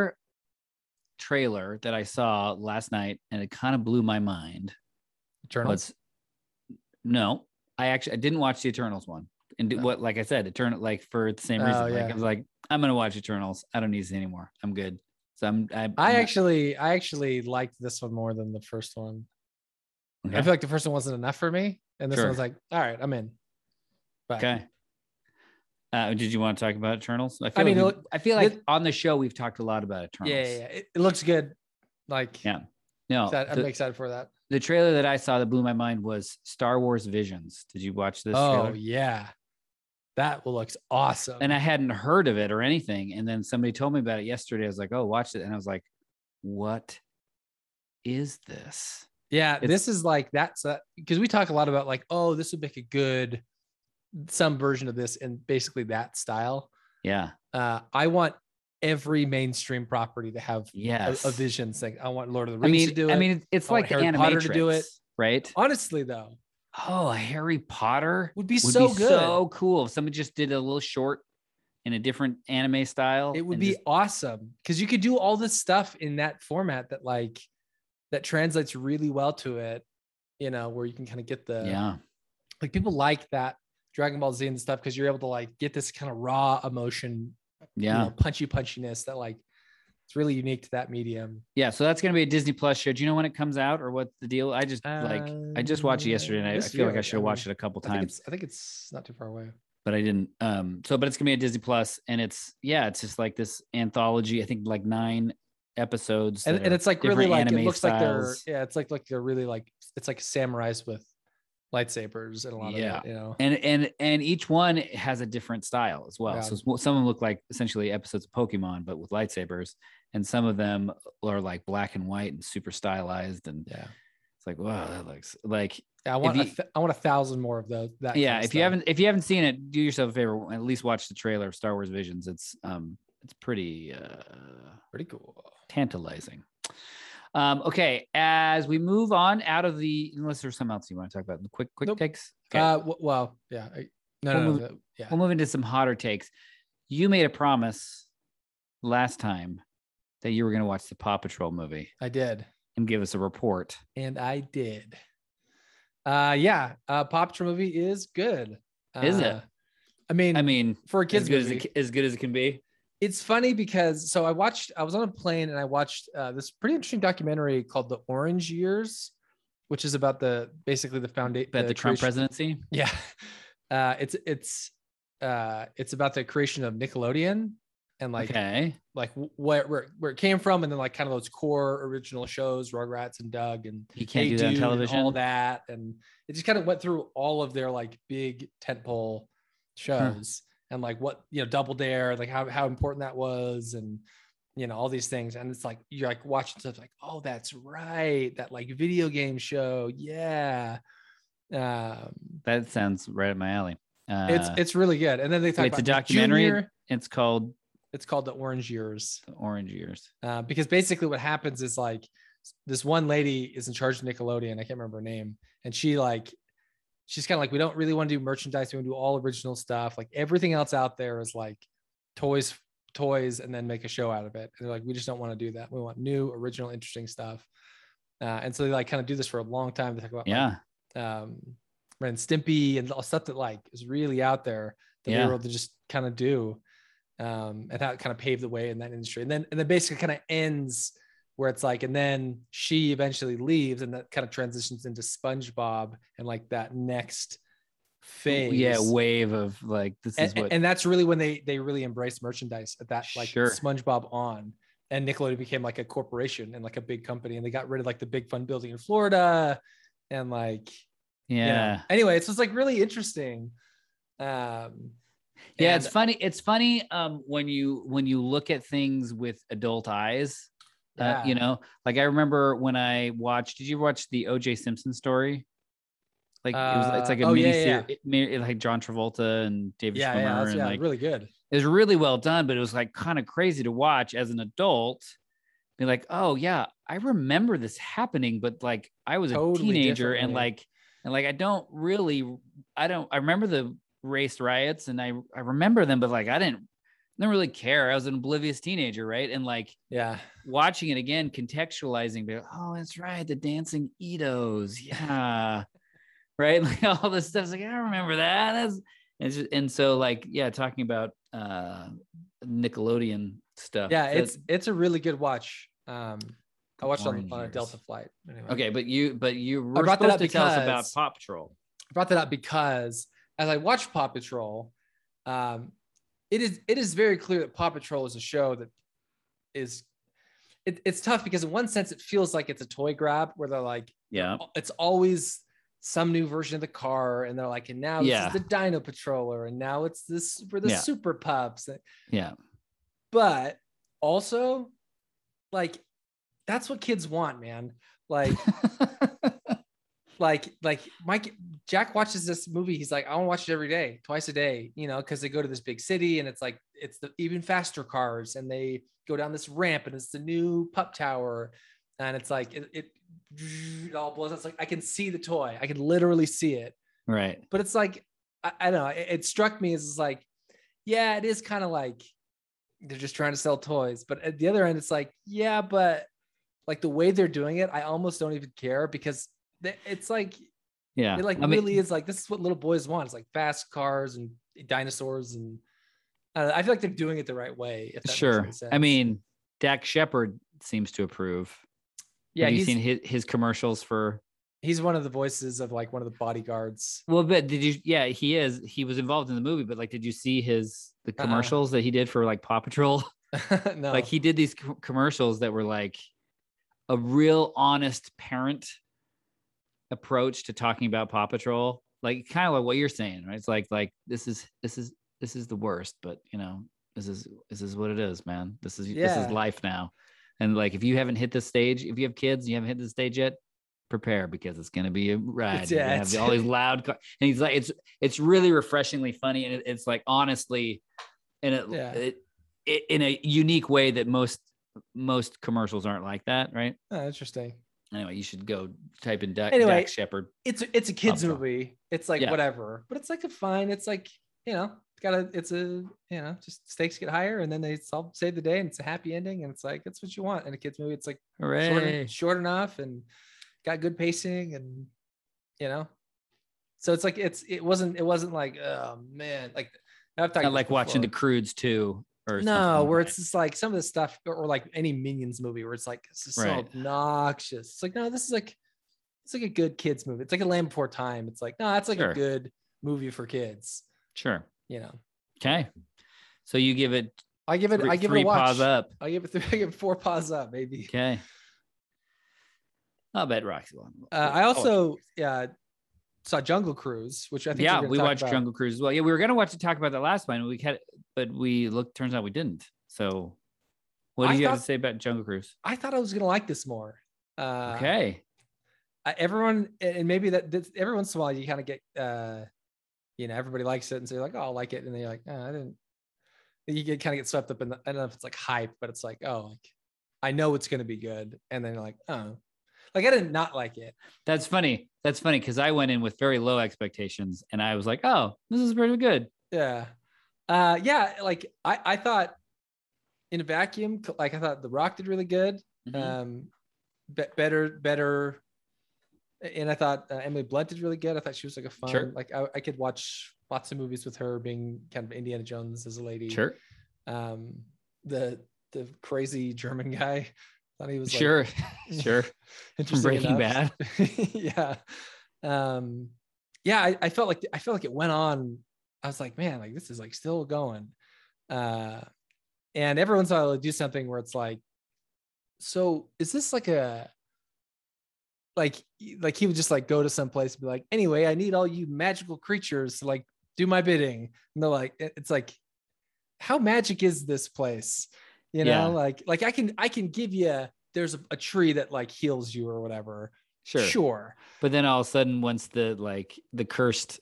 [SPEAKER 6] trailer that I saw last night, and it kind of blew my mind.
[SPEAKER 5] Eternals.
[SPEAKER 6] was- no, I actually I didn't watch the Eternals one, and did
[SPEAKER 5] No.
[SPEAKER 6] what like I said, Eternal like for the same reason.
[SPEAKER 5] Oh,
[SPEAKER 6] Like
[SPEAKER 5] yeah.
[SPEAKER 6] I was like, I'm gonna watch Eternals. I don't need this anymore. I'm good. So I'm.
[SPEAKER 5] i
[SPEAKER 6] I, I'm-
[SPEAKER 5] actually i actually liked this one more than the first one i
[SPEAKER 6] Okay.
[SPEAKER 5] feel like the first one wasn't enough for me and this
[SPEAKER 6] Sure.
[SPEAKER 5] one was like all right i'm in but
[SPEAKER 6] okay. Uh, did you want to talk about Eternals? I feel
[SPEAKER 5] mean,
[SPEAKER 6] like we-
[SPEAKER 5] look,
[SPEAKER 6] I feel like
[SPEAKER 5] with-
[SPEAKER 6] on the show we've talked a lot about
[SPEAKER 5] yeah,
[SPEAKER 6] Eternals.
[SPEAKER 5] yeah, yeah. It, it looks good like
[SPEAKER 6] Yeah. No,
[SPEAKER 5] exci- i'm
[SPEAKER 6] the,
[SPEAKER 5] excited for that
[SPEAKER 6] the trailer that I saw that blew my mind was Star Wars Visions. Did you watch this?
[SPEAKER 5] oh
[SPEAKER 6] trailer?
[SPEAKER 5] yeah that looks awesome
[SPEAKER 6] and I hadn't heard of it or anything. And then somebody told me about it yesterday. I was like, oh, watch it. And I was like, what is this?
[SPEAKER 5] Yeah,
[SPEAKER 6] It's-
[SPEAKER 5] this is like that's because we talk a lot about like, oh, this would make a good some version of this and basically that style.
[SPEAKER 6] Yeah.
[SPEAKER 5] Uh, I want every mainstream property to have a,
[SPEAKER 6] Yes.
[SPEAKER 5] a vision saying, I want Lord of the
[SPEAKER 6] I
[SPEAKER 5] Rings
[SPEAKER 6] mean,
[SPEAKER 5] to do it.
[SPEAKER 6] I mean, it's- it's
[SPEAKER 5] I want
[SPEAKER 6] like the
[SPEAKER 5] Harry Potter
[SPEAKER 6] animatrix,
[SPEAKER 5] to do it.
[SPEAKER 6] right?
[SPEAKER 5] honestly though,
[SPEAKER 6] Oh, Harry Potter
[SPEAKER 5] would be
[SPEAKER 6] would
[SPEAKER 5] so
[SPEAKER 6] be
[SPEAKER 5] good.
[SPEAKER 6] so cool if somebody just did a little short in a different anime style.
[SPEAKER 5] it would
[SPEAKER 6] and
[SPEAKER 5] be
[SPEAKER 6] just-
[SPEAKER 5] awesome because you could do all this stuff in that format that like that translates really well to it. You know, where you can kind of get the
[SPEAKER 6] yeah.
[SPEAKER 5] like people like that Dragon Ball Z and stuff because you're able to like get this kind of raw emotion,
[SPEAKER 6] Yeah.
[SPEAKER 5] you know, punchy punchiness that like it's really unique to that medium.
[SPEAKER 6] Yeah. So that's gonna be a Disney Plus show. Do you know when it comes out or what's the deal? I just like I just watched it
[SPEAKER 5] Uh,
[SPEAKER 6] yesterday and I, I
[SPEAKER 5] this
[SPEAKER 6] feel like
[SPEAKER 5] year,
[SPEAKER 6] I
[SPEAKER 5] I
[SPEAKER 6] should have
[SPEAKER 5] mean,
[SPEAKER 6] watched it a couple
[SPEAKER 5] I think,
[SPEAKER 6] times,
[SPEAKER 5] it's, I think it's not too far away.
[SPEAKER 6] but I didn't. Um, so but it's gonna be a Disney Plus and it's yeah, it's just like this anthology, I think like nine episodes.
[SPEAKER 5] And,
[SPEAKER 6] that
[SPEAKER 5] and
[SPEAKER 6] are
[SPEAKER 5] it's like really
[SPEAKER 6] different
[SPEAKER 5] like it
[SPEAKER 6] anime
[SPEAKER 5] looks like they're
[SPEAKER 6] styles.
[SPEAKER 5] yeah, it's like like they're really like it's like samurais with lightsabers and a lot
[SPEAKER 6] Yeah.
[SPEAKER 5] of it, you know.
[SPEAKER 6] and and and each one has a different style as well.
[SPEAKER 5] Yeah.
[SPEAKER 6] So it's- some of them look like essentially episodes of Pokemon, but with lightsabers, and some of them are like black and white and super stylized. And
[SPEAKER 5] Yeah.
[SPEAKER 6] it's like, wow, that looks like
[SPEAKER 5] Yeah, I want a
[SPEAKER 6] you-
[SPEAKER 5] th- I want a thousand more of those. That kind
[SPEAKER 6] yeah.
[SPEAKER 5] of
[SPEAKER 6] If you
[SPEAKER 5] stuff.
[SPEAKER 6] haven't if you haven't seen it, do yourself a favor. At least watch the trailer of Star Wars Visions. It's um it's pretty uh,
[SPEAKER 5] pretty cool.
[SPEAKER 6] tantalizing. Um, okay, as we move on out of the unless there's something else you want to talk about, quick quick
[SPEAKER 5] Nope.
[SPEAKER 6] takes.
[SPEAKER 5] Uh, w- well, yeah, I- no,
[SPEAKER 6] We'll
[SPEAKER 5] no, no,
[SPEAKER 6] move-
[SPEAKER 5] no, yeah.
[SPEAKER 6] we'll move into some hotter takes. You made a promise last time that you were going to watch the Paw Patrol movie
[SPEAKER 5] I did.
[SPEAKER 6] and give us a report.
[SPEAKER 5] and I did. Uh yeah, uh Paw Patrol movie is good.
[SPEAKER 6] Is it?
[SPEAKER 5] Uh, I mean,
[SPEAKER 6] I mean,
[SPEAKER 5] for a
[SPEAKER 6] as
[SPEAKER 5] kids
[SPEAKER 6] good as
[SPEAKER 5] movie,
[SPEAKER 6] it, ca- as good as it can be.
[SPEAKER 5] it's funny because so I watched I was on a plane and I watched uh, this pretty interesting documentary called The Orange Years, which is about the basically the foundation
[SPEAKER 6] But the, Trump presidency.
[SPEAKER 5] Yeah. Uh it's it's uh it's about the creation of Nickelodeon and like
[SPEAKER 6] okay.
[SPEAKER 5] like wh- where, where where it came from and then like kind of those core original shows Rugrats and Doug and
[SPEAKER 6] You can't
[SPEAKER 5] Hey
[SPEAKER 6] do that on
[SPEAKER 5] Dude and
[SPEAKER 6] television.
[SPEAKER 5] all that, and it just kind of went through all of their like big tentpole shows and like what you know, Double Dare, like how how important that was, and you know all these things. And it's like you're like watching stuff like, oh, that's right, that like video game show, yeah. Um,
[SPEAKER 6] That sounds right up my alley. Uh,
[SPEAKER 5] it's
[SPEAKER 6] it's
[SPEAKER 5] it's really good. And then they talk
[SPEAKER 6] wait,
[SPEAKER 5] about
[SPEAKER 6] it's a
[SPEAKER 5] Nick
[SPEAKER 6] documentary?
[SPEAKER 5] Jr..
[SPEAKER 6] called
[SPEAKER 5] It's called the Orange Years.
[SPEAKER 6] The Orange Years.
[SPEAKER 5] uh, because basically what happens is like this one lady is in charge of Nickelodeon. I can't remember her name, and she like she's kind of like we don't really want to do merchandise. We want to do all original stuff. Like everything else out there is like toys, toys, and then make a show out of it. And they're like, we just don't want to do that. We want new, original, interesting stuff. Uh, and so they like kind of do this for a long time. They talk about like,
[SPEAKER 6] Yeah.
[SPEAKER 5] um, Ren and Stimpy and all stuff that like is really out there that we
[SPEAKER 6] Yeah.
[SPEAKER 5] were able to just kind of do, um, and how it kind of paved the way in that industry. And then and then basically kind of ends where it's like, and then she eventually leaves, and that kind of transitions into SpongeBob and like that next phase.
[SPEAKER 6] Yeah. Wave of like, this is
[SPEAKER 5] and,
[SPEAKER 6] what.
[SPEAKER 5] and that's really when they they really embraced merchandise at that like
[SPEAKER 6] Sure.
[SPEAKER 5] SpongeBob on. And Nickelodeon became like a corporation and like a big company, and they got rid of like the big fun building in Florida, and like
[SPEAKER 6] yeah.
[SPEAKER 5] you know.
[SPEAKER 6] yeah.
[SPEAKER 5] Anyway, it's just like really interesting. Um,
[SPEAKER 6] yeah
[SPEAKER 5] and
[SPEAKER 6] it's funny it's funny um when you when you look at things with adult eyes uh, you
[SPEAKER 5] Yeah.
[SPEAKER 6] know like i remember when i watched did you watch the oj simpson story like it was it's like a
[SPEAKER 5] Uh, oh,
[SPEAKER 6] mini
[SPEAKER 5] yeah,
[SPEAKER 6] series
[SPEAKER 5] yeah.
[SPEAKER 6] like john travolta and david
[SPEAKER 5] yeah,
[SPEAKER 6] Schwimmer
[SPEAKER 5] yeah, that's-
[SPEAKER 6] and
[SPEAKER 5] yeah,
[SPEAKER 6] like
[SPEAKER 5] really good.
[SPEAKER 6] it was really well done but it was like kind of crazy to watch as an adult be like oh yeah i remember this happening but like i was a
[SPEAKER 5] Totally
[SPEAKER 6] teenager
[SPEAKER 5] differently.
[SPEAKER 6] and like and like i don't really i don't i remember the race riots and i i remember them but like i didn't I didn't really care i was an oblivious teenager right and like
[SPEAKER 5] Yeah,
[SPEAKER 6] watching it again contextualizing be like, oh that's right the dancing Edos, yeah right like all this stuff's like i remember that that's and, just, and so like yeah talking about uh nickelodeon stuff
[SPEAKER 5] yeah,
[SPEAKER 6] that-
[SPEAKER 5] it's it's a really good watch. Um, I watched on,
[SPEAKER 6] Orange
[SPEAKER 5] on a
[SPEAKER 6] Years.
[SPEAKER 5] Delta flight. Anyway.
[SPEAKER 6] okay but you but you were
[SPEAKER 5] brought that
[SPEAKER 6] supposed to
[SPEAKER 5] up
[SPEAKER 6] tell us about
[SPEAKER 5] because-
[SPEAKER 6] paw patrol
[SPEAKER 5] I brought that up because as I watched Paw Patrol, um, it is it is very clear that Paw Patrol is a show that is it, it's tough because in one sense it feels like it's a toy grab where they're like
[SPEAKER 6] yeah
[SPEAKER 5] it's always some new version of the car and they're like and now
[SPEAKER 6] Yeah.
[SPEAKER 5] this is the dino patroller and now it's this for the
[SPEAKER 6] Yeah.
[SPEAKER 5] super pups
[SPEAKER 6] yeah
[SPEAKER 5] but also like that's what kids want man like like like Mike Jack watches this movie. He's like, I want to watch it every day, twice a day, you know, because they go to this big city and it's like it's the even faster cars and they go down this ramp and it's the new pup tower. And it's like it, it, it all blows. It's like I can see the toy. I can literally see it.
[SPEAKER 6] right.
[SPEAKER 5] But it's like I, I don't know. It, it struck me as it's like, yeah, it is kind of like they're just trying to sell toys. But at the other end, it's like, yeah, but like the way they're doing it, I almost don't even care because th- it's like
[SPEAKER 6] Yeah.
[SPEAKER 5] it like
[SPEAKER 6] I mean,
[SPEAKER 5] really is like this is what little boys want. It's like fast cars and dinosaurs and I, don't know, I feel like they're doing it the right way. If that makes
[SPEAKER 6] sure.
[SPEAKER 5] any sense.
[SPEAKER 6] I mean, Dak Shepard seems to approve.
[SPEAKER 5] yeah,
[SPEAKER 6] Have you
[SPEAKER 5] he's
[SPEAKER 6] seen his, his commercials for?
[SPEAKER 5] he's one of the voices of like one of the bodyguards.
[SPEAKER 6] Well, but did you? Yeah, he is. He was involved in the movie, but like, did you see his the
[SPEAKER 5] Uh-uh.
[SPEAKER 6] commercials that he did for like Paw Patrol?
[SPEAKER 5] no,
[SPEAKER 6] Like he did these co- commercials that were like a real honest parent approach to talking about Paw Patrol. Like kind of like what you're saying, right? It's like like this is this is this is the worst, but you know, this is this is what it is, man. This is this
[SPEAKER 5] Yeah.
[SPEAKER 6] is life now. And like if you haven't hit this stage, if you have kids and you haven't hit this stage yet, prepare because it's gonna be a ride.
[SPEAKER 5] It's-
[SPEAKER 6] You're
[SPEAKER 5] yeah,
[SPEAKER 6] gonna have
[SPEAKER 5] it's-
[SPEAKER 6] all these loud car- and he's like it's it's really refreshingly funny and it, it's like honestly and it,
[SPEAKER 5] Yeah.
[SPEAKER 6] it, it in a unique way that most most commercials aren't like that, right?
[SPEAKER 5] Oh, interesting.
[SPEAKER 6] Anyway, you should go type in Dak,
[SPEAKER 5] Anyway,
[SPEAKER 6] Dak Shepard.
[SPEAKER 5] It's a- it's a kids
[SPEAKER 6] Paw Patrol.
[SPEAKER 5] movie. It's like
[SPEAKER 6] Yeah.
[SPEAKER 5] whatever, but it's like a fine. It's like you know, it's got to It's a you know, just stakes get higher, and then they all save the day, and it's a happy ending, and it's like it's what you want in a kids movie. It's like short, en-
[SPEAKER 6] Hooray.
[SPEAKER 5] short enough and got good pacing and you know so it's like it's it wasn't it wasn't like oh man like i've talked
[SPEAKER 6] Not like watching the Crudes too, or
[SPEAKER 5] no
[SPEAKER 6] something,
[SPEAKER 5] where
[SPEAKER 6] right?
[SPEAKER 5] it's just like some of the stuff or like any minions movie where it's like this is so
[SPEAKER 6] Right.
[SPEAKER 5] obnoxious it's like no this is like it's like a good kids movie it's like a land before time it's like no that's like
[SPEAKER 6] Sure.
[SPEAKER 5] a good movie for kids
[SPEAKER 6] sure.
[SPEAKER 5] you know
[SPEAKER 6] Okay, so you give it
[SPEAKER 5] i give it
[SPEAKER 6] three,
[SPEAKER 5] i give
[SPEAKER 6] three
[SPEAKER 5] it a watch
[SPEAKER 6] paws up.
[SPEAKER 5] i give it three I give it four paws up maybe
[SPEAKER 6] Okay, I'll bet Roxy will.
[SPEAKER 5] uh, i also yeah saw jungle cruise which i think
[SPEAKER 6] yeah,
[SPEAKER 5] we're gonna
[SPEAKER 6] we
[SPEAKER 5] talk
[SPEAKER 6] watched
[SPEAKER 5] about.
[SPEAKER 6] Jungle Cruise as well. Yeah, we were gonna watch it talk about that last one. We had, but we looked. Turns out we didn't. So, what
[SPEAKER 5] I
[SPEAKER 6] do you have
[SPEAKER 5] thought-
[SPEAKER 6] to say about Jungle Cruise?
[SPEAKER 5] I thought I was gonna like this more. Uh,
[SPEAKER 6] okay,
[SPEAKER 5] I, everyone, and maybe that that's, every once in a while you kind of get, uh, you know, everybody likes it, and so you're like, oh, I like it, and then you're like, oh, I didn't. You get kind of get swept up in. The, I don't know if it's like hype, but it's like, oh, like I know it's gonna be good, and then you're like, oh, like I did not like it.
[SPEAKER 6] that's funny. That's funny because I went in with very low expectations, and I was like, "Oh, this is pretty good."
[SPEAKER 5] Yeah, uh, yeah. Like I, I thought in a vacuum, like I thought The Rock did really good.
[SPEAKER 6] Mm-hmm.
[SPEAKER 5] um be- better better and i thought uh, emily blunt did really good i thought she was like a fun
[SPEAKER 6] Sure.
[SPEAKER 5] like I, I could watch lots of movies with her being kind of indiana jones as a lady
[SPEAKER 6] Sure,
[SPEAKER 5] um the the crazy german guy thought he was like,
[SPEAKER 6] sure, sure. From
[SPEAKER 5] interesting
[SPEAKER 6] Breaking
[SPEAKER 5] enough.
[SPEAKER 6] Bad.
[SPEAKER 5] yeah um yeah I, I felt like i felt like it went on i was like man like this is like still going uh and every once in a while they do something where it's like so is this like a like e, like he would just like go to some place and be like anyway i need all you magical creatures to like do my bidding and they're like it- it's like how magic is this place you know
[SPEAKER 6] Yeah.
[SPEAKER 5] like like i can i can give you there's a, a tree that like heals you or whatever
[SPEAKER 6] Sure,
[SPEAKER 5] sure
[SPEAKER 6] But then all of a sudden, once the like the cursed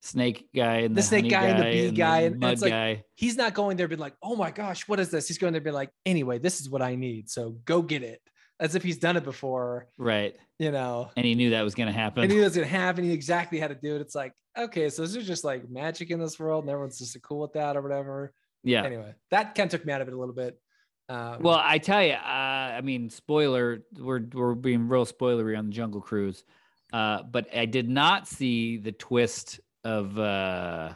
[SPEAKER 6] snake guy and
[SPEAKER 5] The
[SPEAKER 6] the,
[SPEAKER 5] snake
[SPEAKER 6] honey
[SPEAKER 5] guy and the bee guy and- and
[SPEAKER 6] mud
[SPEAKER 5] it's like-
[SPEAKER 6] guy,
[SPEAKER 5] he's not going there being like, oh my gosh, what is this? He's going there being like, anyway, this is what I need. So go get it. As if he's done it before,
[SPEAKER 6] right?
[SPEAKER 5] you know.
[SPEAKER 6] And he knew that was going to
[SPEAKER 5] And
[SPEAKER 6] happen.
[SPEAKER 5] he was gonna have and he knew exactly how to do it. It's like, okay, so this is just like magic in this world, and everyone's just cool with that or whatever.
[SPEAKER 6] yeah.
[SPEAKER 5] Anyway, that kind of took me out of it a little bit. Um,
[SPEAKER 6] Well, I tell you, uh, I mean, spoiler, we're we're being real spoilery on the Jungle Cruise, uh, but I did not see the twist of uh,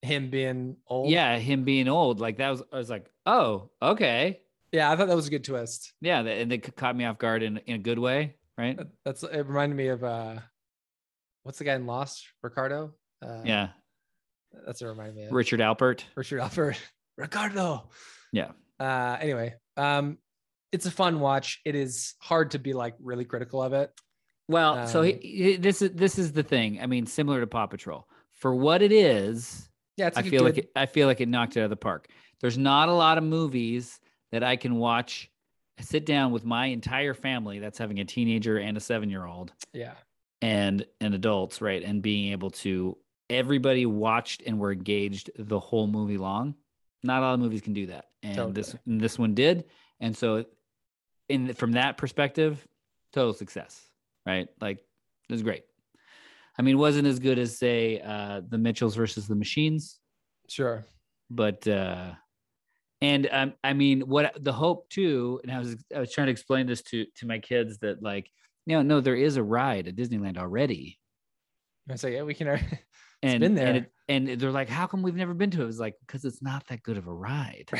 [SPEAKER 5] him being old.
[SPEAKER 6] yeah him being old. Like that was, I was like, oh, okay,
[SPEAKER 5] yeah, I thought that was a good twist.
[SPEAKER 6] yeah, that, and that caught me off guard in in a good way, right?
[SPEAKER 5] That- That's it reminded me of uh what's the guy in Lost? Ricardo? Uh,
[SPEAKER 6] Yeah,
[SPEAKER 5] That's what it reminded me of.
[SPEAKER 6] Richard Alpert.
[SPEAKER 5] Richard Alford, Ricardo.
[SPEAKER 6] Yeah.
[SPEAKER 5] Uh, anyway, um, it's a fun watch. It is hard to be like really critical of it.
[SPEAKER 6] Well, so he,
[SPEAKER 5] Um,
[SPEAKER 6] he- this is this is the thing. I mean, similar to Paw Patrol, for what it is,
[SPEAKER 5] Yeah, it's
[SPEAKER 6] I
[SPEAKER 5] like a
[SPEAKER 6] feel like
[SPEAKER 5] good-
[SPEAKER 6] it, I feel like it knocked it out of the park. There's not a lot of movies that I can watch, sit down with my entire family that's having a teenager and a seven year old,
[SPEAKER 5] yeah,
[SPEAKER 6] and and adults, right? And being able to everybody watched and were engaged the whole movie long. Not all movies can do that, and this
[SPEAKER 5] Totally.
[SPEAKER 6] and this one did. And so, in from that perspective, total success, right? Like it was great. I mean, it wasn't as good as say uh, the Mitchells versus the Machines,
[SPEAKER 5] Sure.
[SPEAKER 6] but uh and um, i mean what the hope too and i was i was trying to explain this to to my kids that like you know no there is a ride at disneyland already
[SPEAKER 5] I say, yeah, we can.
[SPEAKER 6] and
[SPEAKER 5] been
[SPEAKER 6] and,
[SPEAKER 5] there.
[SPEAKER 6] it- and they're like how come we've never been to it it's like because it's not that good of a ride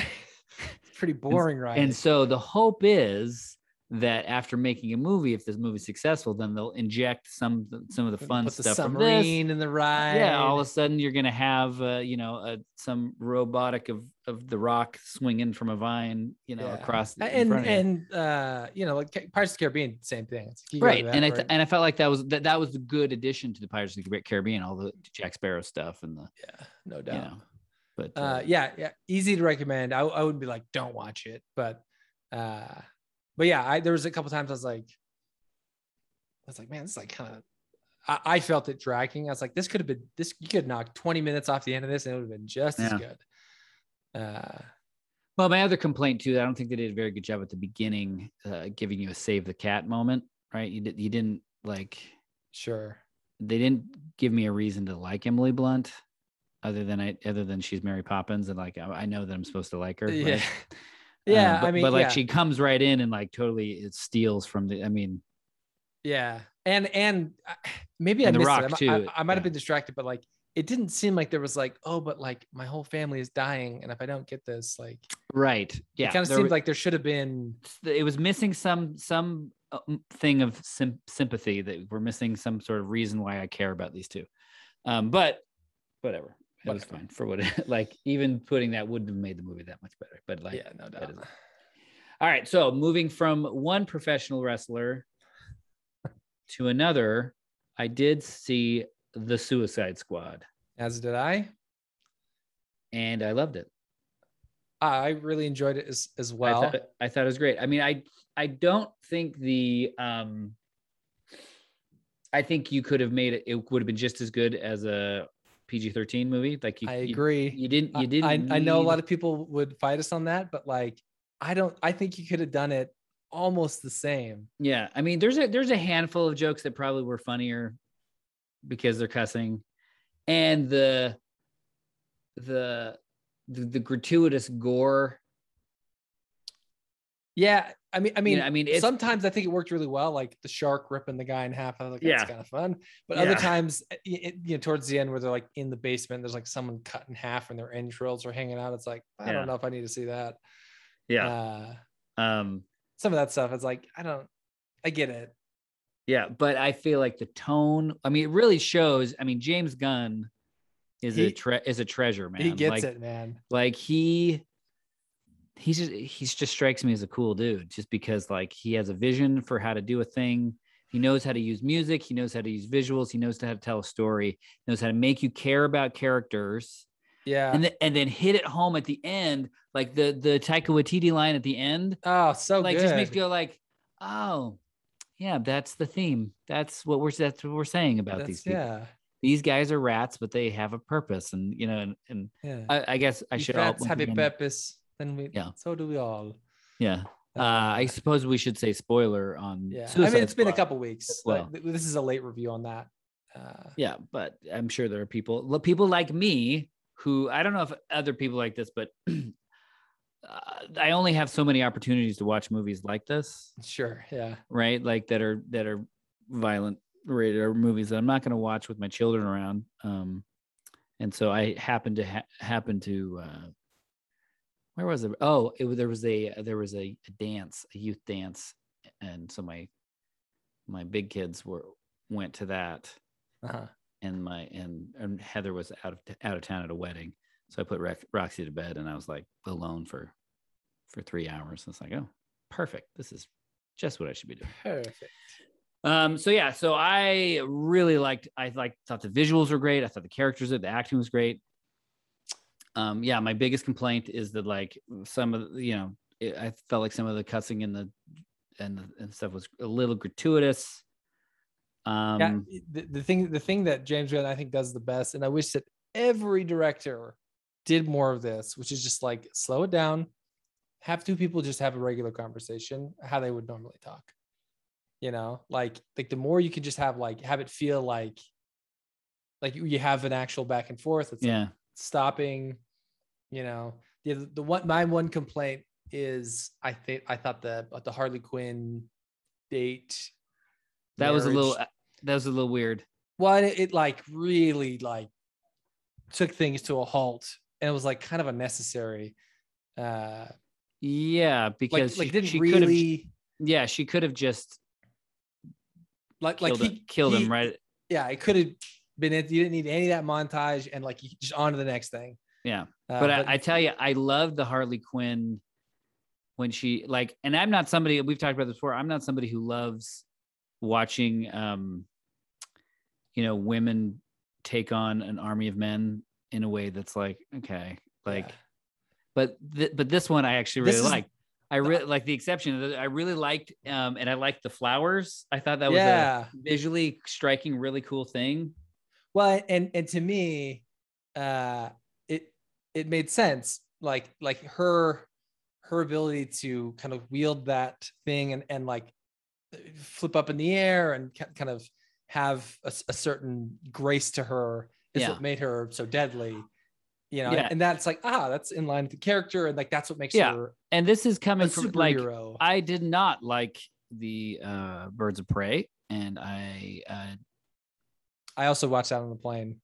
[SPEAKER 5] It's pretty boring, right?
[SPEAKER 6] and so the hope is that after making a movie if this movie's successful then they'll inject some some of the fun
[SPEAKER 5] Put the
[SPEAKER 6] stuff from this
[SPEAKER 5] submarine in the ride.
[SPEAKER 6] yeah all of a sudden you're gonna have uh, you know uh, some robotic of of the rock swinging from a vine you know
[SPEAKER 5] Yeah.
[SPEAKER 6] across in
[SPEAKER 5] and
[SPEAKER 6] front of you.
[SPEAKER 5] and uh, you know, like Ca- Pirates of the Caribbean, same thing. It's like you go to
[SPEAKER 6] right
[SPEAKER 5] that,
[SPEAKER 6] and i
[SPEAKER 5] right?
[SPEAKER 6] th- and i felt like that was that, that was a good addition to the pirates of the caribbean all the jack sparrow stuff and the
[SPEAKER 5] yeah, no
[SPEAKER 6] you
[SPEAKER 5] doubt.
[SPEAKER 6] know but uh,
[SPEAKER 5] uh, yeah, yeah, easy to recommend. I, I would be like, don't watch it, but, uh, but yeah, I there was a couple times I was like, I was like, man, this is like kind of, I, I felt it dragging. I was like, this could have been this. You could knock twenty minutes off the end of this, and it would have been just as
[SPEAKER 6] Yeah.
[SPEAKER 5] good. Uh,
[SPEAKER 6] well my other complaint too i don't think they did a very good job at the beginning uh, giving you a save the cat moment right you, did, you didn't like
[SPEAKER 5] sure.
[SPEAKER 6] they didn't give me a reason to like emily blunt other than i other than she's mary poppins and like i, I know that i'm supposed to like her right?
[SPEAKER 5] Yeah.
[SPEAKER 6] Um,
[SPEAKER 5] Yeah,
[SPEAKER 6] but,
[SPEAKER 5] I mean,
[SPEAKER 6] but like
[SPEAKER 5] yeah.
[SPEAKER 6] she comes right in and like totally it steals from the. I mean,
[SPEAKER 5] Yeah, and and I- maybe
[SPEAKER 6] And
[SPEAKER 5] I
[SPEAKER 6] The
[SPEAKER 5] missed
[SPEAKER 6] Rock,
[SPEAKER 5] it. I,
[SPEAKER 6] too.
[SPEAKER 5] I, I might have
[SPEAKER 6] Yeah.
[SPEAKER 5] been distracted, but like it didn't seem like there was like oh, but like my whole family is dying, and if I don't get this, like
[SPEAKER 6] right? Yeah,
[SPEAKER 5] it kind of
[SPEAKER 6] there
[SPEAKER 5] seemed
[SPEAKER 6] was-
[SPEAKER 5] like there should have been
[SPEAKER 6] it was missing some some uh, m- thing of sim- sympathy that we're missing some sort of reason why I care about these two. Um, but whatever, it was
[SPEAKER 5] Whatever.
[SPEAKER 6] fine for what. it- Like even putting that wouldn't have made the movie that much better. But like,
[SPEAKER 5] yeah, no doubt.
[SPEAKER 6] is- all right, so moving from one professional wrestler to another, I did see the Suicide Squad
[SPEAKER 5] As did I.
[SPEAKER 6] and I loved it.
[SPEAKER 5] I really enjoyed it as as
[SPEAKER 6] I
[SPEAKER 5] well.
[SPEAKER 6] thought, I thought it was great. I mean, I I don't think the um I think you could have made it it would have been just as good as a PG-13 movie. Like you
[SPEAKER 5] I
[SPEAKER 6] you-
[SPEAKER 5] agree.
[SPEAKER 6] You, didn't
[SPEAKER 5] I-
[SPEAKER 6] you didn't
[SPEAKER 5] I, I know a lot of people would fight us on that, but like I don't. I think you could have done it almost the same.
[SPEAKER 6] Yeah. I mean, there's a there's a handful of jokes that probably were funnier because they're cussing. And the the the, the gratuitous gore.
[SPEAKER 5] Yeah, I mean, I mean,
[SPEAKER 6] Yeah, I mean, it's-
[SPEAKER 5] sometimes I think it worked really well, like the shark ripping the guy in half. I was like, that's
[SPEAKER 6] Yeah.
[SPEAKER 5] kind of fun. But
[SPEAKER 6] Yeah.
[SPEAKER 5] other times, it- it- you know, towards the end where they're like in the basement, there's like someone cut in half and their entrails are hanging out. It's like I
[SPEAKER 6] Yeah.
[SPEAKER 5] don't know if I need to see that. Uh,
[SPEAKER 6] Um
[SPEAKER 5] some of that stuff is like I don't. I get it.
[SPEAKER 6] Yeah, but I feel like the tone. I mean, it really shows. I mean, James Gunn is a
[SPEAKER 5] He-
[SPEAKER 6] tre- is a treasure man.
[SPEAKER 5] he gets
[SPEAKER 6] like,
[SPEAKER 5] it, man.
[SPEAKER 6] Like he, he's just he's just strikes me as a cool dude, just because like he has a vision for how to do a thing. He knows how to use music. He knows how to use visuals. He knows how to tell a story. Knows how to make you care about characters,
[SPEAKER 5] Yeah.
[SPEAKER 6] and then and then hit it home at the end, like the the Taika Waititi line at the end
[SPEAKER 5] oh, so
[SPEAKER 6] like
[SPEAKER 5] good.
[SPEAKER 6] just makes me go like, oh, yeah, that's the theme. That's what we're that's what we're saying about
[SPEAKER 5] That's-
[SPEAKER 6] these people.
[SPEAKER 5] yeah.
[SPEAKER 6] These guys are rats, but they have a purpose, and you know, and, and
[SPEAKER 5] Yeah.
[SPEAKER 6] I, I guess I
[SPEAKER 5] You
[SPEAKER 6] should all,
[SPEAKER 5] Fats have a
[SPEAKER 6] once again-
[SPEAKER 5] purpose. Then we.
[SPEAKER 6] Yeah.
[SPEAKER 5] So do we all.
[SPEAKER 6] yeah. Uh, I suppose we should say spoiler on.
[SPEAKER 5] yeah. I
[SPEAKER 6] Suicide
[SPEAKER 5] mean, it's been a
[SPEAKER 6] Squad.
[SPEAKER 5] couple weeks.
[SPEAKER 6] well.
[SPEAKER 5] Like, this is a late review on that. Uh,
[SPEAKER 6] Yeah, but I'm sure there are people lo- people like me who I don't know if other people like this, but uh, I only have so many opportunities to watch movies like this.
[SPEAKER 5] sure. Yeah.
[SPEAKER 6] right? Like that are that are violent rated R movies that I'm not going to watch with my children around. Um, and so I happened to ha- happen to uh, where was it? Oh, it was there was a there was a, a dance, a youth dance, and so my my big kids were went to that,
[SPEAKER 5] Uh-huh.
[SPEAKER 6] and my and, and Heather was out of out of town at a wedding, so I put Rex, Roxy to bed, and I was like alone for for three hours. And it's like, oh, perfect. This is just what I should be doing.
[SPEAKER 5] Perfect.
[SPEAKER 6] Um, so yeah, so I really liked. I like thought the visuals were great. I thought the characters, the acting was great. Um, yeah, my biggest complaint is that like some of the- you know, it, I felt like some of the cussing and the and the, and stuff was a little gratuitous. Um,
[SPEAKER 5] yeah, the, the thing the thing that James Gunn I think does the best, and I wish that every director did more of this, which is just like slow it down, have two people just have a regular conversation, how they would normally talk. You know, like like the more you can just have like have it feel like like you- you have an actual back and forth. It's like,
[SPEAKER 6] yeah.
[SPEAKER 5] stopping you know the the one my one complaint is i think i thought the the harley quinn date
[SPEAKER 6] That was a
[SPEAKER 5] marriage-
[SPEAKER 6] little. uh, That was a little weird.
[SPEAKER 5] well and it, it like really like took things to a halt and it was like kind of unnecessary uh
[SPEAKER 6] Yeah,
[SPEAKER 5] like,
[SPEAKER 6] because
[SPEAKER 5] like
[SPEAKER 6] she,
[SPEAKER 5] didn't
[SPEAKER 6] she could have.
[SPEAKER 5] really
[SPEAKER 6] Yeah, she could have just
[SPEAKER 5] like like
[SPEAKER 6] killed,
[SPEAKER 5] he,
[SPEAKER 6] it- killed
[SPEAKER 5] he-
[SPEAKER 6] him right.
[SPEAKER 5] yeah it could have been it you didn't need any of that montage and like you just on to the next thing
[SPEAKER 6] Yeah.
[SPEAKER 5] Uh,
[SPEAKER 6] but I, I tell you, I love the Harley Quinn when she like, and I'm not somebody we've talked about this before. I'm not somebody who loves watching, um, you know, women take on an army of men in a way that's like, okay, like,
[SPEAKER 5] yeah.
[SPEAKER 6] but th- but this one I actually
[SPEAKER 5] This
[SPEAKER 6] really
[SPEAKER 5] is-
[SPEAKER 6] liked. I really like the exception. I really liked, um, and I liked the flowers. I thought that was a
[SPEAKER 5] yeah
[SPEAKER 6] visually striking, really cool thing.
[SPEAKER 5] well and and to me uh it it made sense like like her her ability to kind of wield that thing and and like flip up in the air and ki- kind of have a, s- a certain grace to her is
[SPEAKER 6] Yeah.
[SPEAKER 5] what made her so deadly you know
[SPEAKER 6] Yeah.
[SPEAKER 5] and that's like ah that's in line with the character and like that's what makes
[SPEAKER 6] Yeah.
[SPEAKER 5] her
[SPEAKER 6] And this is
[SPEAKER 5] a
[SPEAKER 6] coming from like
[SPEAKER 5] superhero
[SPEAKER 6] I did not like the uh, Birds of Prey, and I uh,
[SPEAKER 5] I also watched that on the plane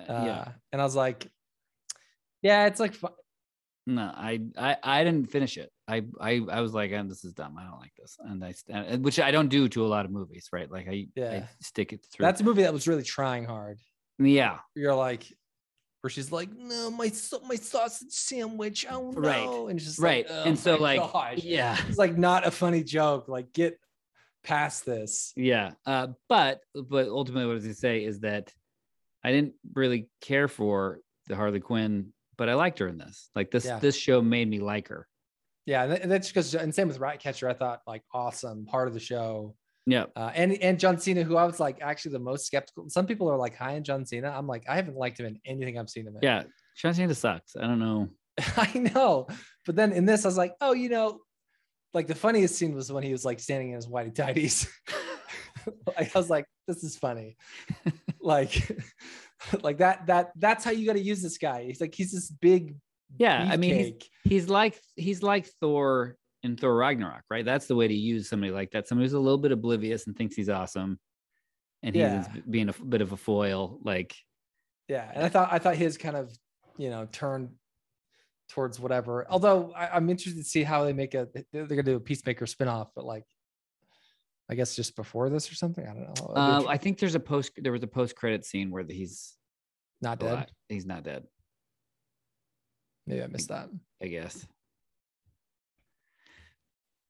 [SPEAKER 5] uh,
[SPEAKER 6] yeah
[SPEAKER 5] and i was like yeah it's like fu-
[SPEAKER 6] no I, I I didn't finish it. I I I was like, oh, this is dumb. I don't like this, and I and- which I don't do to a lot of movies, right? Like I,
[SPEAKER 5] Yeah.
[SPEAKER 6] I stick it through.
[SPEAKER 5] that's a movie that was really trying hard
[SPEAKER 6] yeah,
[SPEAKER 5] you're like where she's like no my sa- my sausage sandwich oh no
[SPEAKER 6] Right.
[SPEAKER 5] and it's just
[SPEAKER 6] right.
[SPEAKER 5] like, oh
[SPEAKER 6] and so
[SPEAKER 5] my
[SPEAKER 6] like
[SPEAKER 5] gosh.
[SPEAKER 6] yeah.
[SPEAKER 5] it's like not a funny joke like get past this
[SPEAKER 6] Yeah. Uh, but but ultimately, what I was going to say is that I didn't really care for the Harley Quinn, but I liked her in this. Like this
[SPEAKER 5] Yeah.
[SPEAKER 6] this show made me like her.
[SPEAKER 5] yeah and that- and that's because and same with ratcatcher i thought like awesome part of the show
[SPEAKER 6] Yeah.
[SPEAKER 5] uh, and and john cena who i was like actually the most skeptical some people are like high on john cena i'm like i haven't liked him in anything i've seen him in
[SPEAKER 6] Yeah. John Cena sucks. I don't know.
[SPEAKER 5] i know but then in this i was like oh you know like the funniest scene was when he was like standing in his whitey tidies like, I was like, this is funny. like, like that, that, that's how you got to use this guy. He's like, he's this big,
[SPEAKER 6] Yeah, I mean, he's,
[SPEAKER 5] beefcake.
[SPEAKER 6] he's like he's like Thor in Thor Ragnarok, right? That's the way to use somebody like that. Somebody who's a little bit oblivious and thinks he's awesome, and he ends up being a f- bit of a foil. Like,
[SPEAKER 5] yeah. And I thought, I thought his kind of, you know, turn towards whatever. Although I, I'm interested to see how they make a, they're going to do a peacemaker spinoff, but like, I guess just before this or something. I don't know. It'll be
[SPEAKER 6] uh,
[SPEAKER 5] inter-
[SPEAKER 6] I think there's a post. There was a post credit scene where he's
[SPEAKER 5] not dead.
[SPEAKER 6] alive. He's not dead.
[SPEAKER 5] Maybe I missed that.
[SPEAKER 6] I guess.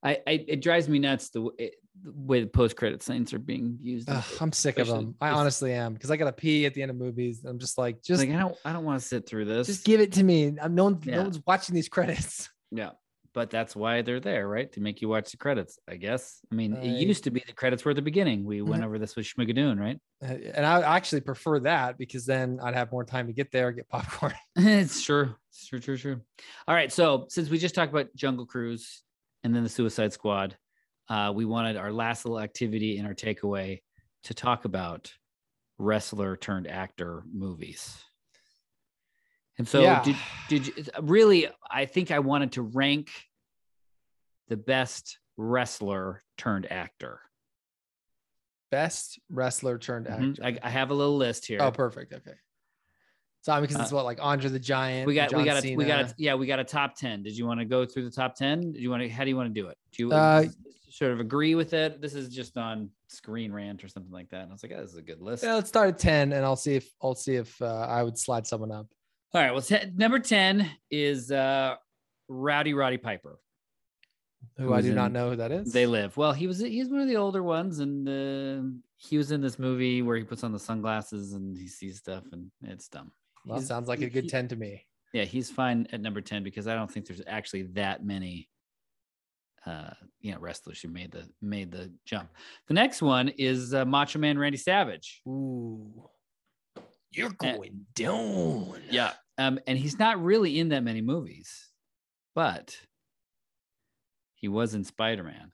[SPEAKER 6] I, I it drives me nuts the way, it, the way the post credit scenes are being used. in
[SPEAKER 5] Ugh,
[SPEAKER 6] films.
[SPEAKER 5] I'm sick of
[SPEAKER 6] Especially-
[SPEAKER 5] them. I
[SPEAKER 6] it's-
[SPEAKER 5] honestly am because I got to pee at the end of movies. I'm just like, just,
[SPEAKER 6] like I don't I don't want to sit through this.
[SPEAKER 5] just give it to me. I'm no, one,
[SPEAKER 6] Yeah.
[SPEAKER 5] no one's watching these credits.
[SPEAKER 6] Yeah. But that's why they're there, right? To make you watch the credits, I guess. I mean,
[SPEAKER 5] Right.
[SPEAKER 6] it used to be the credits were at the beginning. We went
[SPEAKER 5] Mhm.
[SPEAKER 6] over this with Schmigadoon, right?
[SPEAKER 5] Uh, and I actually prefer that because then I'd have more time to get there, get popcorn.
[SPEAKER 6] it's true. It's true, true, true. All right. So since we just talked about Jungle Cruise and then the Suicide Squad, uh, we wanted our last little activity in our takeaway to talk about wrestler turned actor movies. And so
[SPEAKER 5] Yeah.
[SPEAKER 6] did did you, really I think I wanted to rank the best wrestler turned actor.
[SPEAKER 5] Best wrestler turned
[SPEAKER 6] Mhm.
[SPEAKER 5] actor.
[SPEAKER 6] I, I have a little list here.
[SPEAKER 5] Mm-hmm. Oh, perfect. Okay. So I mean, because it's what like Andre the Giant.
[SPEAKER 6] Uh, we got,
[SPEAKER 5] John
[SPEAKER 6] we got, a, we got, a,
[SPEAKER 5] Cena.
[SPEAKER 6] yeah, we got a top ten. Did you want to go through the top ten? Do you want to? How do you want to do it? Do you
[SPEAKER 5] Uh,
[SPEAKER 6] sort of agree with it? This is just on Screen Rant or something like that. And I was like, oh, this is a good list.
[SPEAKER 5] Yeah, let's start at ten, and I'll see if I'll see if uh, I would slide someone up.
[SPEAKER 6] All right. Well, te- number ten is uh, Rowdy Roddy Piper.
[SPEAKER 5] Who
[SPEAKER 6] Who
[SPEAKER 5] I
[SPEAKER 6] was
[SPEAKER 5] do not
[SPEAKER 6] in
[SPEAKER 5] know who that is.
[SPEAKER 6] They live. Well, he was he's one of the older ones, and uh, he was in this movie where he puts on the sunglasses and he sees stuff, and it's dumb.
[SPEAKER 5] well,
[SPEAKER 6] he's-
[SPEAKER 5] sounds like a
[SPEAKER 6] he-
[SPEAKER 5] good
[SPEAKER 6] he-
[SPEAKER 5] ten to me.
[SPEAKER 6] Yeah, he's fine at number ten because I don't think there's actually that many uh, you know wrestlers who made the made the jump. The next one is uh, Macho Man Randy Savage.
[SPEAKER 7] Ooh, you're
[SPEAKER 6] Eh.
[SPEAKER 7] going down.
[SPEAKER 6] Yeah, um, and he's not really in that many movies, but he was in Spider Man.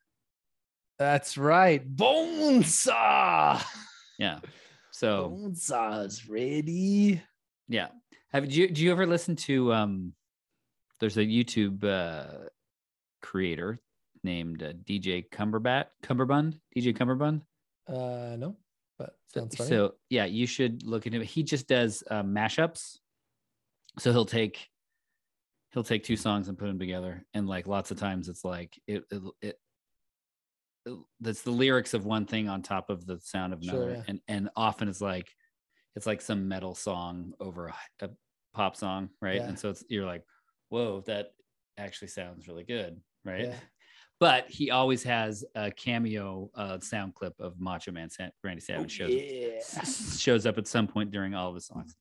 [SPEAKER 7] that's right. Bonesaw.
[SPEAKER 6] Yeah, so
[SPEAKER 7] Bonesaw's ready.
[SPEAKER 6] yeah. Have do you do you ever listen to um? There's a YouTube uh, creator named uh, DJ Cumberbat Cumberbund DJ Cumberbund.
[SPEAKER 7] Uh, no, but
[SPEAKER 6] So,
[SPEAKER 7] sounds funny.
[SPEAKER 6] so, yeah, you should look into it. He just does uh, mashups. So he'll take he'll take two songs and put them together, and like lots of times it's like it it, it, it that's the lyrics of one thing on top of the sound of
[SPEAKER 7] Sure,
[SPEAKER 6] another,
[SPEAKER 7] yeah.
[SPEAKER 6] and and often it's like it's like some metal song over a, a pop song, right?
[SPEAKER 7] Yeah.
[SPEAKER 6] And so it's you're like, whoa, that actually sounds really good, right?
[SPEAKER 7] Yeah.
[SPEAKER 6] But he always has a cameo uh, sound clip of Macho Man Sa- Randy
[SPEAKER 7] Oh,
[SPEAKER 6] Savage shows up
[SPEAKER 7] yeah.
[SPEAKER 6] s- shows up at some point during all of his songs.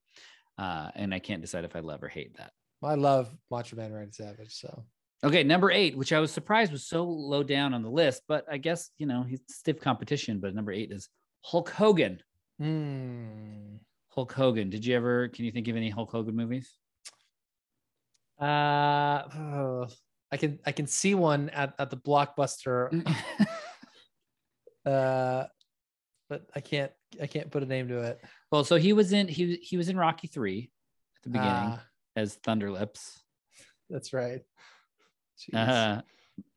[SPEAKER 6] Uh, and I can't decide if I love or hate that.
[SPEAKER 5] I love Macho Man Randy Savage. So
[SPEAKER 6] Okay, number eight, which I was surprised was so low down on the list, but I guess you know he's stiff competition. But number eight is Hulk Hogan.
[SPEAKER 7] Hmm.
[SPEAKER 6] Hulk Hogan. Did you ever? Can you think of any Hulk Hogan movies?
[SPEAKER 5] uh, oh, I can I can see one at, at the
[SPEAKER 6] Hmm.
[SPEAKER 5] blockbuster, uh, but I can't I can't put a name to it.
[SPEAKER 6] well, so he was in he he was in Rocky three at the beginning
[SPEAKER 5] Ah,
[SPEAKER 6] as Thunderlips.
[SPEAKER 5] that's right. Jeez.
[SPEAKER 6] Uh,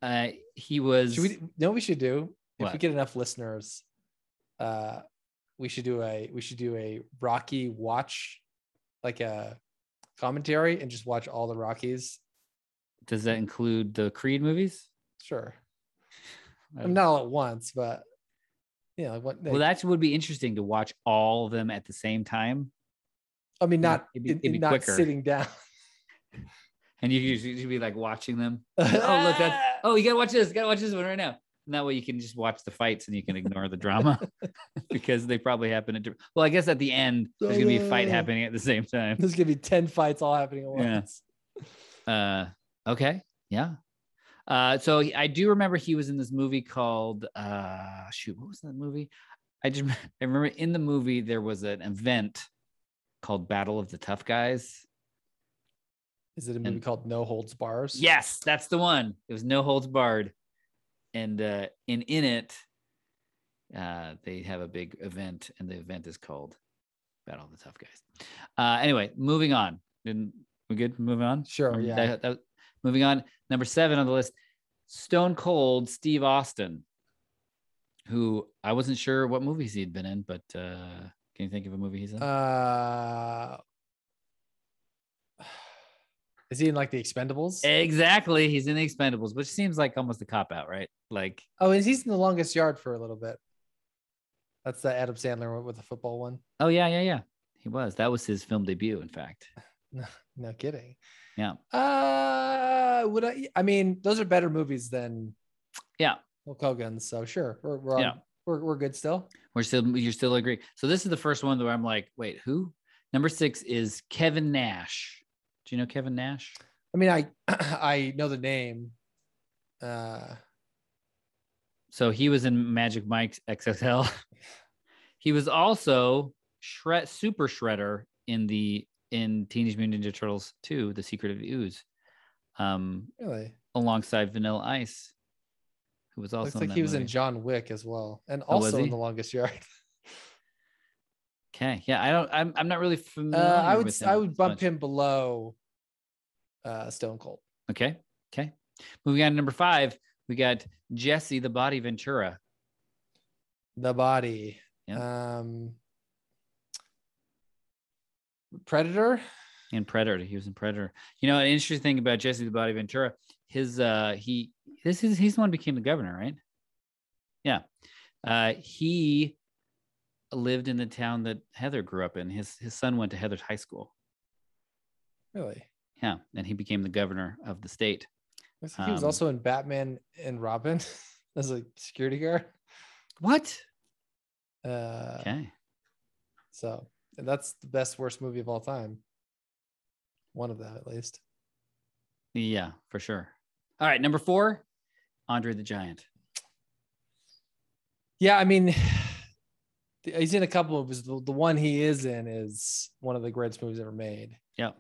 [SPEAKER 6] uh, he was.
[SPEAKER 5] Should we you know what we should do? If we
[SPEAKER 6] What?
[SPEAKER 5] get enough listeners, uh we should do a we should do a Rocky watch like a commentary and just watch all the Rockies.
[SPEAKER 6] does that include the Creed movies?
[SPEAKER 5] Sure.
[SPEAKER 6] I
[SPEAKER 5] I'm not all at once, but you know, what
[SPEAKER 6] Well, that would be interesting to watch all of them at the same time,
[SPEAKER 5] I mean not
[SPEAKER 6] it'd be-
[SPEAKER 5] in-
[SPEAKER 6] it'd be
[SPEAKER 5] not
[SPEAKER 6] quicker.
[SPEAKER 5] sitting down.
[SPEAKER 6] and you could just be like watching them. oh, look, that's
[SPEAKER 5] Ah.
[SPEAKER 6] oh, you gotta watch this, gotta watch this one right now. And that way you can just watch the fights and you can ignore the drama because they probably happen at. different- Well, I guess at the end there's gonna be a fight
[SPEAKER 5] Oh, no.
[SPEAKER 6] happening at the same time.
[SPEAKER 5] There's gonna be 10 fights all happening at
[SPEAKER 6] Yeah.
[SPEAKER 5] once.
[SPEAKER 6] Uh, okay, yeah. Uh, so he- I do remember he was in this movie called uh, shoot, what was that movie? I just I remember in the movie there was an event called Battle of the Tough Guys.
[SPEAKER 5] Is it a movie
[SPEAKER 6] And-
[SPEAKER 5] called No Holds Bars?
[SPEAKER 6] Yes, that's the one. It was No Holds Barred, and uh, and in it, uh, they have a big event, and the event is called Battle of the Tough Guys. Uh, anyway, moving on. Then we good? Moving on.
[SPEAKER 5] Sure,
[SPEAKER 6] Um,
[SPEAKER 5] yeah.
[SPEAKER 6] that- that- moving on. Number seven on the list: Stone Cold Steve Austin, who I wasn't sure what movies he had been in, but uh, can you think of a movie he's in?
[SPEAKER 5] Uh is he in like the Expendables?
[SPEAKER 6] Eh. exactly, he's in The Expendables, which seems like almost a cop out, right? Like.
[SPEAKER 5] Oh, and he's in the longest yard for a little bit. That's the Adam Sandler one with the football one.
[SPEAKER 6] Oh yeah, yeah, yeah. He was. That was his film debut, in fact.
[SPEAKER 5] No kidding.
[SPEAKER 6] Yeah.
[SPEAKER 5] Uh, would I? I mean, those are better movies than
[SPEAKER 6] Yeah.
[SPEAKER 5] Hulk Hogan. So sure, we're we're on,
[SPEAKER 6] Yeah.
[SPEAKER 5] we're we're good still.
[SPEAKER 6] We're still you're still agree. So this is the first one where I'm like, wait, who? Number six is Kevin Nash. Do you know Kevin Nash?
[SPEAKER 5] I mean, I I know the name. Uh,
[SPEAKER 6] So he was in Magic Mike's XXL. he was also Shred Super Shredder in the in Teenage Mutant Ninja Turtles 2, The Secret of the Ooze. Um,
[SPEAKER 5] really,
[SPEAKER 6] alongside Vanilla Ice, who was also
[SPEAKER 5] looks
[SPEAKER 6] in
[SPEAKER 5] like
[SPEAKER 6] that
[SPEAKER 5] he was in
[SPEAKER 6] movie.
[SPEAKER 5] John Wick as well, and
[SPEAKER 6] Oh, was
[SPEAKER 5] also in
[SPEAKER 6] he?
[SPEAKER 5] The Longest Yard.
[SPEAKER 6] Okay. Yeah, I don't I'm I'm not really
[SPEAKER 5] Uh,
[SPEAKER 6] familiar.
[SPEAKER 5] I would
[SPEAKER 6] with
[SPEAKER 5] I
[SPEAKER 6] him
[SPEAKER 5] would
[SPEAKER 6] as
[SPEAKER 5] bump
[SPEAKER 6] much.
[SPEAKER 5] him below uh, Stone Cold.
[SPEAKER 6] Okay. Okay. Moving on to number five, we got Jesse the Body Ventura.
[SPEAKER 5] The Body. Um, Predator.
[SPEAKER 6] in Predator. He was in Predator. You know, an interesting thing about Jesse the Body Ventura, his uh he this is he's the one who became the governor, right? Yeah. Uh he lived in the town that Heather grew up in. His his son went to Heather's high school.
[SPEAKER 5] Really,
[SPEAKER 6] Yeah. And he became the governor of the state.
[SPEAKER 5] Looks like he was
[SPEAKER 6] Um,
[SPEAKER 5] also in Batman and Robin as a security guard.
[SPEAKER 6] What?
[SPEAKER 5] Uh,
[SPEAKER 6] Okay.
[SPEAKER 5] So and that's the best worst movie of all time. One of them, at least.
[SPEAKER 6] Yeah, for sure. All right, number four Andre the Giant.
[SPEAKER 5] Yeah, I mean, he's in a couple of his. The the one he is in is one of the greatest movies ever made.
[SPEAKER 6] Yep.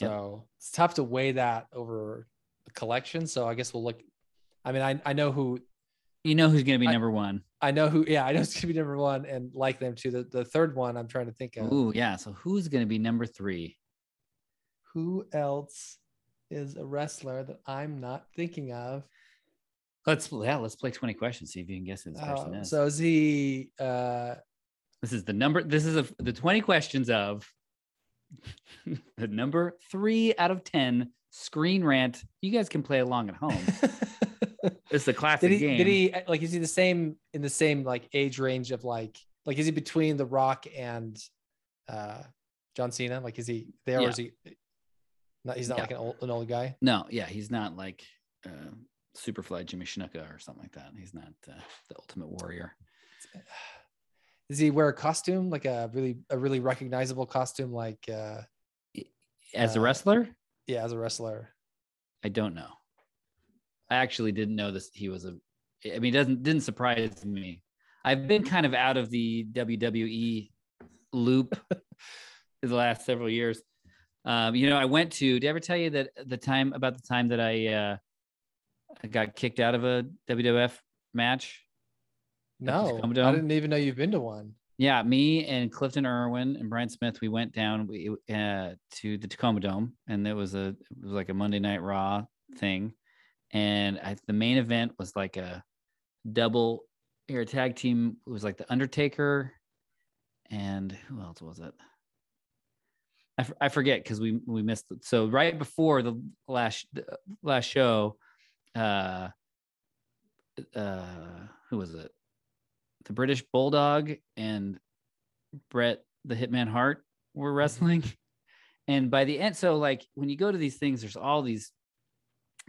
[SPEAKER 6] Yep.
[SPEAKER 5] So it's tough to weigh that over the collection. So I guess we'll look. I mean, I, I know who
[SPEAKER 6] You know who's going to be
[SPEAKER 5] I-
[SPEAKER 6] number one.
[SPEAKER 5] I know who. Yeah, I know it's gonna be number one, and like them too. The the third one I'm trying to think of.
[SPEAKER 6] Ooh, yeah. So who's going to be number three?
[SPEAKER 5] Who else is a wrestler that I'm not thinking of?
[SPEAKER 6] Let's yeah, let's play 20 questions. See if you can guess who this person
[SPEAKER 5] Uh,
[SPEAKER 6] is.
[SPEAKER 5] so is he? Uh,
[SPEAKER 6] this is the number. This is a, the 20 questions of the number three out of 10 screen rant. You guys can play along at home. It's the classic
[SPEAKER 5] did he?
[SPEAKER 6] game.
[SPEAKER 5] Did he? Like, is he the same in the same like age range of like like is he between The Rock and uh John Cena? Like, is he there or
[SPEAKER 6] Yeah.
[SPEAKER 5] is he? Not, he's not
[SPEAKER 6] Yeah.
[SPEAKER 5] like an old an old guy.
[SPEAKER 6] No, yeah, he's not like uh, Superfly Jimmy Snuka or something like that. He's not uh, the Ultimate Warrior.
[SPEAKER 5] Does he wear a costume like a really a really recognizable costume like uh
[SPEAKER 6] As a
[SPEAKER 5] Uh,
[SPEAKER 6] wrestler,
[SPEAKER 5] yeah as a wrestler?
[SPEAKER 6] I don't know. I actually didn't know this. He was a. I mean, it doesn't didn't surprise me. I've been kind of out of the WWE loop the last several years. Um, you know, I went to. Did I ever tell you that the time about the time that I uh, I got kicked out of a WWF match? At the
[SPEAKER 5] No,
[SPEAKER 6] Scum
[SPEAKER 5] I
[SPEAKER 6] Dome?
[SPEAKER 5] didn't even know you've been to one.
[SPEAKER 6] Yeah, me and Clifton Irwin and Brian Smith, we went down we, uh, to the Tacoma Dome, and it was a it was like a Monday Night Raw thing, and I, the main event was like a double air tag team. It was like the Undertaker, and who else was it? I, f- I forget because we we missed. It. So right before the last the last show, uh, uh, who was it? the British Bulldog and Brett the Hitman Hart were wrestling. And by the end, so like when you go to these things, there's all these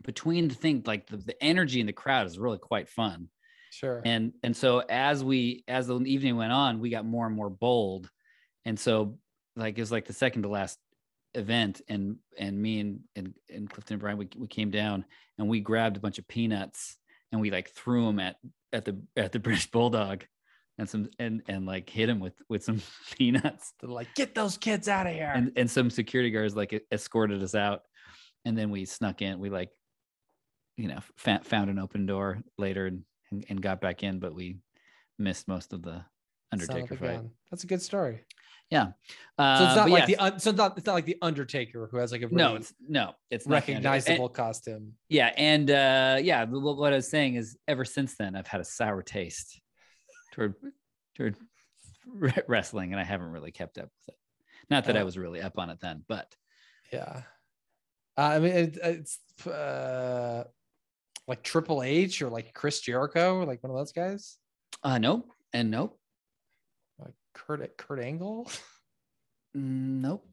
[SPEAKER 6] between the thing, like the, the energy in the crowd is really quite fun.
[SPEAKER 5] Sure.
[SPEAKER 6] And and so as we as the evening went on, we got more and more bold. And so like it was like the second to last event and and me and and, and Clifton and Brian we, we came down and we grabbed a bunch of peanuts and we like threw them at at the at the British Bulldog and some and and like hit him with with some peanuts
[SPEAKER 5] They're like, get those kids out of here.
[SPEAKER 6] and and some security guards like e-, escorted us out and then we snuck in we like you know fa- found an open door later and, and and got back in but we missed most of the
[SPEAKER 5] Son of
[SPEAKER 6] undertaker
[SPEAKER 5] a
[SPEAKER 6] fight
[SPEAKER 5] gun. That's a good story.
[SPEAKER 6] uh,
[SPEAKER 5] So it's not
[SPEAKER 6] but
[SPEAKER 5] like
[SPEAKER 6] yes,
[SPEAKER 5] the un- so it's not it's not like the Undertaker who has like a really
[SPEAKER 6] no it's no it's not the Undertaker.
[SPEAKER 5] recognizable
[SPEAKER 6] And-
[SPEAKER 5] costume.
[SPEAKER 6] yeah and uh yeah but what, what i was saying is ever since then i've had a sour taste toward toward re- wrestling and i haven't really kept up with it not that i
[SPEAKER 5] Uh,
[SPEAKER 6] was really up on it then but
[SPEAKER 5] Yeah. Uh, I mean, it, it's uh, like Triple H or like Chris Jericho or like one of those guys,
[SPEAKER 6] uh nope and nope
[SPEAKER 5] like Kurt Kurt Angle.
[SPEAKER 6] mm, nope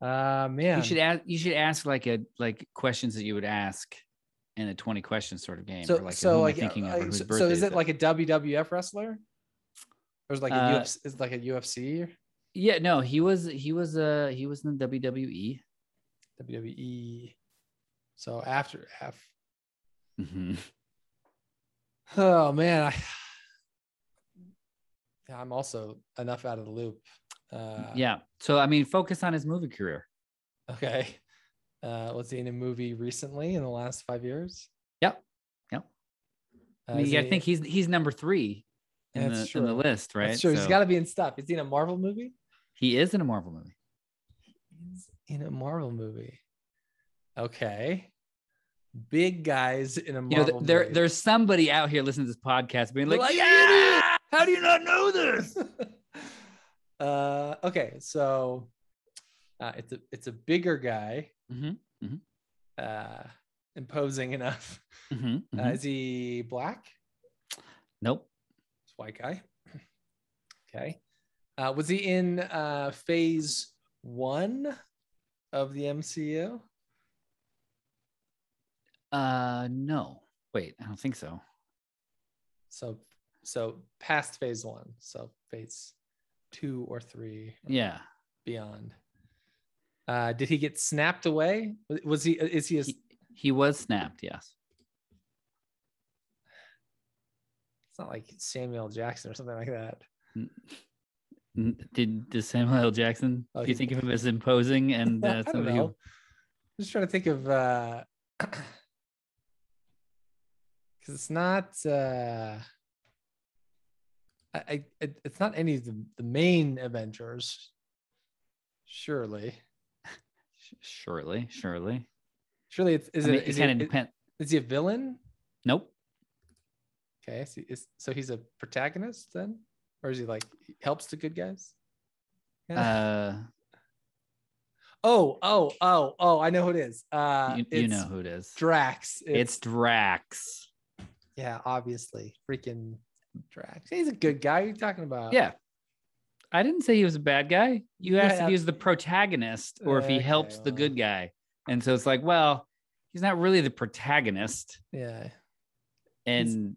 [SPEAKER 5] Uh, man,
[SPEAKER 6] You should ask. You should ask like a like questions that you would ask in a twenty question sort of game.
[SPEAKER 5] so
[SPEAKER 6] or like, who
[SPEAKER 5] so
[SPEAKER 6] am I
[SPEAKER 5] like,
[SPEAKER 6] thinking of or
[SPEAKER 5] uh,
[SPEAKER 6] whose
[SPEAKER 5] so, so
[SPEAKER 6] birthday
[SPEAKER 5] is it like a WWF wrestler? Or is like a
[SPEAKER 6] Uh,
[SPEAKER 5] UFC, is like a UFC or
[SPEAKER 6] Yeah, no, he was he was uh he was in the E. WWE.
[SPEAKER 5] WWE? E. So after F.
[SPEAKER 6] Mhm.
[SPEAKER 5] Oh man, I Yeah, I'm also enough out of the loop. Uh,
[SPEAKER 6] yeah. So I mean, focus on his movie career.
[SPEAKER 5] Okay. Uh, was he in a movie recently in the last five years?
[SPEAKER 6] Yep. Yep.
[SPEAKER 5] Uh,
[SPEAKER 6] I, mean,
[SPEAKER 5] is
[SPEAKER 6] you gotta
[SPEAKER 5] he-
[SPEAKER 6] think he's he's number three in,
[SPEAKER 5] That's
[SPEAKER 6] the, in the
[SPEAKER 5] true.
[SPEAKER 6] list, right?
[SPEAKER 5] That's true. He's
[SPEAKER 6] So
[SPEAKER 5] got to be in stuff. Is he in a Marvel movie?
[SPEAKER 6] he is in a Marvel movie.
[SPEAKER 5] He's in a Marvel movie. Okay. Big guys in a
[SPEAKER 6] You know,
[SPEAKER 5] Marvel
[SPEAKER 6] th- there
[SPEAKER 5] movie.
[SPEAKER 6] there's somebody out here listening to this podcast being
[SPEAKER 5] They're
[SPEAKER 6] like,
[SPEAKER 5] like,
[SPEAKER 6] yeah,
[SPEAKER 5] "Yeah, How do you not know this? uh, okay, so uh, it's a it's a bigger guy,
[SPEAKER 6] Mhm, mhm.
[SPEAKER 5] uh, imposing enough.
[SPEAKER 6] Mhm,
[SPEAKER 5] Uh,
[SPEAKER 6] mhm.
[SPEAKER 5] is he black?
[SPEAKER 6] nope,
[SPEAKER 5] It's white guy. Okay, uh, was he in uh, phase one of the MCU?
[SPEAKER 6] uh, no. Wait, I don't think so.
[SPEAKER 5] So so past phase one, so phase two or three. or
[SPEAKER 6] Yeah.
[SPEAKER 5] beyond. Uh, did he get snapped away? Was he? Is he? A,
[SPEAKER 6] He was snapped, yes.
[SPEAKER 5] not like Samuel Jackson or something like that.
[SPEAKER 6] N- Did does Samuel L. Jackson?
[SPEAKER 5] Oh,
[SPEAKER 6] do
[SPEAKER 5] he-
[SPEAKER 6] you think of him as imposing and
[SPEAKER 5] I
[SPEAKER 6] uh,
[SPEAKER 5] don't
[SPEAKER 6] somebody?
[SPEAKER 5] know.
[SPEAKER 6] Who,
[SPEAKER 5] I'm just trying to think of uh because it's not uh I, I it, it's not any of the, the main Avengers. Surely.
[SPEAKER 6] Sh- surely, surely.
[SPEAKER 5] Surely it's is
[SPEAKER 6] I mean,
[SPEAKER 5] it, is,
[SPEAKER 6] it
[SPEAKER 5] he,
[SPEAKER 6] kind of
[SPEAKER 5] is-
[SPEAKER 6] depend?
[SPEAKER 5] is he a villain?
[SPEAKER 6] Nope.
[SPEAKER 5] Okay, so, is, so he's a protagonist then? Or is he like he helps the good guys? Yeah.
[SPEAKER 6] Uh,
[SPEAKER 5] oh, oh, oh, oh, I know who it is. Uh
[SPEAKER 6] you, you
[SPEAKER 5] it's
[SPEAKER 6] know who it is.
[SPEAKER 5] Drax.
[SPEAKER 6] it's Drax.
[SPEAKER 5] Yeah, obviously. Freaking Drax. He's a good guy. What are you talking about?
[SPEAKER 6] Yeah. I didn't say he was a bad guy. You
[SPEAKER 5] Oh. Yeah,
[SPEAKER 6] asked if
[SPEAKER 5] yeah.
[SPEAKER 6] he was the protagonist or if he
[SPEAKER 5] Okay,
[SPEAKER 6] helps the
[SPEAKER 5] well.
[SPEAKER 6] good guy. And so it's like, well, he's not really the protagonist.
[SPEAKER 5] Yeah. He's-
[SPEAKER 6] And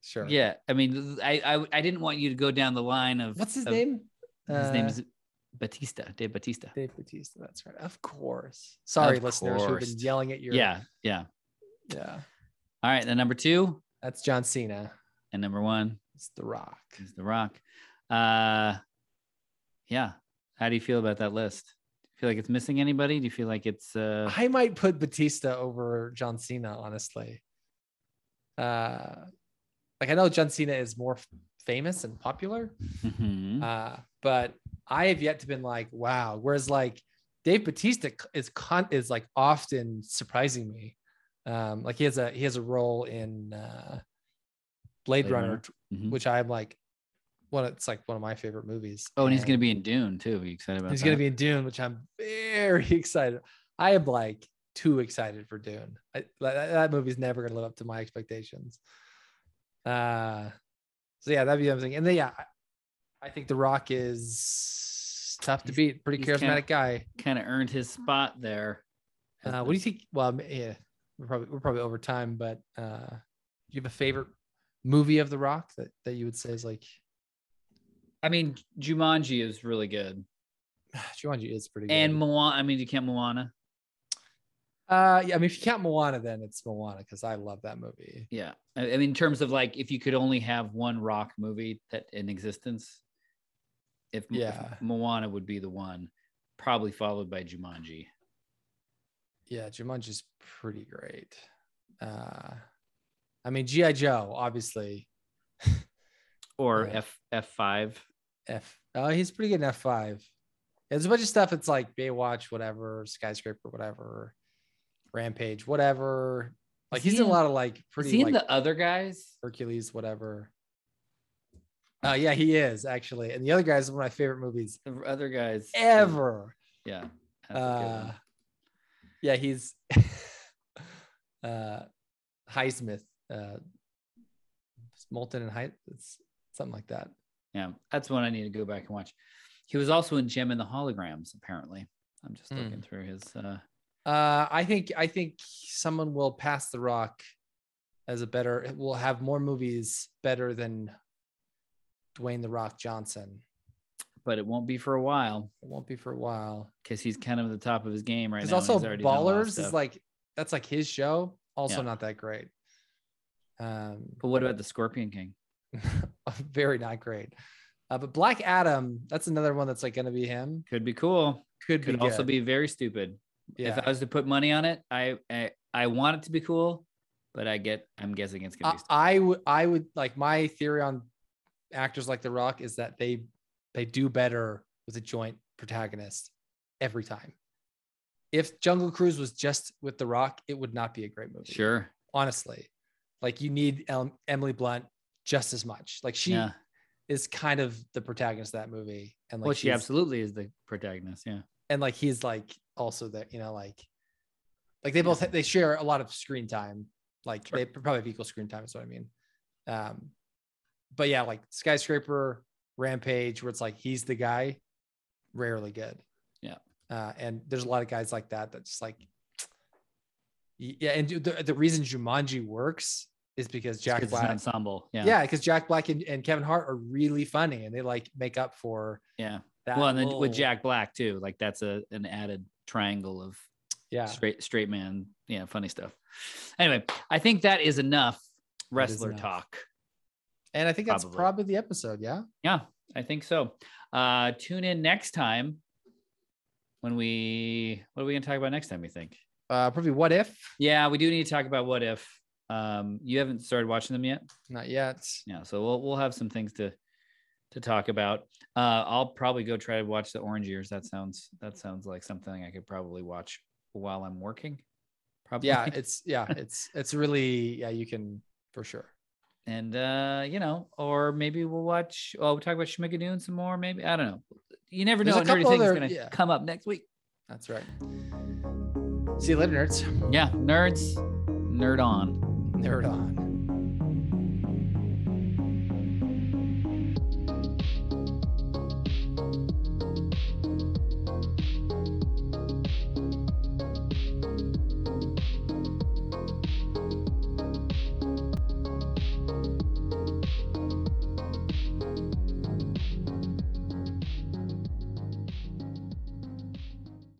[SPEAKER 5] Sure.
[SPEAKER 6] yeah, I mean, I, I I didn't want you to go down the line of
[SPEAKER 5] What's his
[SPEAKER 6] of-
[SPEAKER 5] name?
[SPEAKER 6] Um, His name
[SPEAKER 5] Uh,
[SPEAKER 6] is Batista, Dave Batista.
[SPEAKER 5] Dave Batista. That's right. Of course. Sorry,
[SPEAKER 6] Of
[SPEAKER 5] listeners who've
[SPEAKER 6] course.
[SPEAKER 5] been yelling at your
[SPEAKER 6] Yeah, yeah.
[SPEAKER 5] Yeah.
[SPEAKER 6] All right, then number two
[SPEAKER 5] That's John Cena.
[SPEAKER 6] and number one
[SPEAKER 5] It's The Rock.
[SPEAKER 6] is The Rock. Uh, yeah. How do you feel about that list? Do you feel like it's missing anybody? Do you feel like it's uh,
[SPEAKER 5] I might put Batista over John Cena, honestly. Uh, like I know John Cena is more f- famous and popular,
[SPEAKER 6] mhm.
[SPEAKER 5] uh, but I have yet to been like, wow. Whereas like Dave Batista c- is con is like often surprising me. Um, like he has a he has a role in uh, Blade,
[SPEAKER 6] Blade
[SPEAKER 5] Runner,
[SPEAKER 6] Runner. Mhm.
[SPEAKER 5] which I'm like, one it's like one of my favorite movies.
[SPEAKER 6] Oh, and he's gonna be in Dune too. Are you excited about?
[SPEAKER 5] he's gonna
[SPEAKER 6] that?
[SPEAKER 5] be in Dune, which I'm very excited. I am like too excited for Dune. I, like, that, that movie's never gonna live up to my expectations. Uh, so yeah, that'd be something. And then yeah, I- I think The Rock is tough to
[SPEAKER 6] He's-
[SPEAKER 5] beat. Pretty
[SPEAKER 6] he's kinda-
[SPEAKER 5] charismatic guy.
[SPEAKER 6] kind of earned his spot there. as
[SPEAKER 5] Uh,
[SPEAKER 6] the-
[SPEAKER 5] what do you think? Well, I'm- yeah, we're probably we're probably over time, but uh, do you have a favorite movie of The Rock that that you would say is like
[SPEAKER 6] I mean, Jumanji is really good,
[SPEAKER 5] Jumanji is pretty good.
[SPEAKER 6] and Moana. I mean, you can't Moana.
[SPEAKER 5] Uh, yeah, I mean, if you count Moana, then it's Moana because I love that movie.
[SPEAKER 6] Yeah, I, I mean, in terms of like, if you could only have one rock movie that in existence, if, if
[SPEAKER 5] Yeah.
[SPEAKER 6] Moana would be the one, probably followed by Jumanji.
[SPEAKER 5] Yeah, Jumanji's pretty great. Uh, I mean, GI Joe, obviously.
[SPEAKER 6] Or
[SPEAKER 5] Yeah.
[SPEAKER 6] F F five.
[SPEAKER 5] F. Oh, he's pretty good in F five. There's a bunch of stuff. It's like Baywatch, whatever, skyscraper, whatever, Rampage, whatever. Like
[SPEAKER 6] Is
[SPEAKER 5] he's
[SPEAKER 6] he
[SPEAKER 5] in a
[SPEAKER 6] in-
[SPEAKER 5] lot of like
[SPEAKER 6] Is
[SPEAKER 5] pretty
[SPEAKER 6] he in
[SPEAKER 5] like
[SPEAKER 6] the other guys?
[SPEAKER 5] Hercules, whatever. Uh, yeah, he is actually, and the other guy is one of my favorite movies
[SPEAKER 6] The other guys
[SPEAKER 5] ever.
[SPEAKER 6] Yeah. that's a good
[SPEAKER 5] uh,
[SPEAKER 6] one.
[SPEAKER 5] yeah, he's uh, Highsmith, uh, Molten and High, it's something like that.
[SPEAKER 6] Yeah, that's one I need to go back and watch. He was also in Gem and the Holograms, apparently. I'm just
[SPEAKER 5] Hmm.
[SPEAKER 6] looking through his. Uh,
[SPEAKER 5] Uh, I think I think someone will pass the rock as a better. Will have more movies better than Dwayne the Rock Johnson.
[SPEAKER 6] but it won't be for a while
[SPEAKER 5] It won't be for a while.
[SPEAKER 6] because he's kind of at the top of his game right
[SPEAKER 5] Because
[SPEAKER 6] now. and
[SPEAKER 5] also
[SPEAKER 6] he's already done a lot of
[SPEAKER 5] Ballers is
[SPEAKER 6] stuff.
[SPEAKER 5] like that's like his show. Also
[SPEAKER 6] Yeah.
[SPEAKER 5] not that great. Um,
[SPEAKER 6] But what about the Scorpion King?
[SPEAKER 5] very not great. Uh, but Black Adam, that's another one that's like going to be him.
[SPEAKER 6] Could be cool.
[SPEAKER 5] Could,
[SPEAKER 6] Could
[SPEAKER 5] be
[SPEAKER 6] also
[SPEAKER 5] good.
[SPEAKER 6] be very stupid.
[SPEAKER 5] Yeah.
[SPEAKER 6] If I was to put money on it, I, I I want it to be cool, but I get I'm guessing it's
[SPEAKER 5] I,
[SPEAKER 6] gonna be. Stupid.
[SPEAKER 5] I would I would like my theory on actors like The Rock is that they they do better with a joint protagonist every time. If Jungle Cruise was just with The Rock, it would not be a great movie.
[SPEAKER 6] Sure.
[SPEAKER 5] Honestly, like you need Em- Emily Blunt just as much. Like she
[SPEAKER 6] yeah.
[SPEAKER 5] is kind of the protagonist of that movie, and like
[SPEAKER 6] well, she
[SPEAKER 5] she's-
[SPEAKER 6] absolutely is the protagonist. Yeah.
[SPEAKER 5] and like he's like also that you know like like they both they share a lot of screen time like
[SPEAKER 6] Sure.
[SPEAKER 5] they probably have equal screen time is what i mean um but yeah like skyscraper rampage where it's like he's the guy rarely good
[SPEAKER 6] Yeah.
[SPEAKER 5] uh and there's a lot of guys like that that's like yeah and the, the reason jumanji works is because
[SPEAKER 6] Just 'cause
[SPEAKER 5] jack
[SPEAKER 6] it's an
[SPEAKER 5] black
[SPEAKER 6] ensemble. Yeah.
[SPEAKER 5] yeah because jack black and, and kevin hart are really funny and they like make up for
[SPEAKER 6] Yeah.
[SPEAKER 5] that
[SPEAKER 6] well, and then with
[SPEAKER 5] little-
[SPEAKER 6] Jack Black too, like that's a an added triangle of
[SPEAKER 5] yeah
[SPEAKER 6] straight straight man yeah funny stuff anyway i think that is enough
[SPEAKER 5] That is
[SPEAKER 6] wrestler
[SPEAKER 5] enough.
[SPEAKER 6] talk
[SPEAKER 5] And I think that's
[SPEAKER 6] Probably.
[SPEAKER 5] probably the episode. Yeah.
[SPEAKER 6] Yeah, I think so. Uh, tune in next time when we what are we gonna talk about next time? You think?
[SPEAKER 5] Uh, probably what if?
[SPEAKER 6] Yeah, we do need to talk about what if. Um, you haven't started watching them yet.
[SPEAKER 5] Not yet.
[SPEAKER 6] Yeah, so we'll we'll have some things to to talk about. Uh, I'll probably go try to watch the Orange Years. That sounds that sounds like something I could probably watch while I'm working. Probably.
[SPEAKER 5] Yeah. It's, yeah. It's, it's really, yeah, you can for sure.
[SPEAKER 6] and uh, you know, or maybe we'll watch. Oh, we'll talk about Schmigadoon some more. Maybe I don't know. You never
[SPEAKER 5] There's
[SPEAKER 6] know.
[SPEAKER 5] a
[SPEAKER 6] A nerdy
[SPEAKER 5] couple
[SPEAKER 6] thing's
[SPEAKER 5] other-
[SPEAKER 6] gonna
[SPEAKER 5] yeah.
[SPEAKER 6] come up next week.
[SPEAKER 5] That's right. See you later, nerds.
[SPEAKER 6] Yeah, nerds, nerd on.
[SPEAKER 5] Nerd on.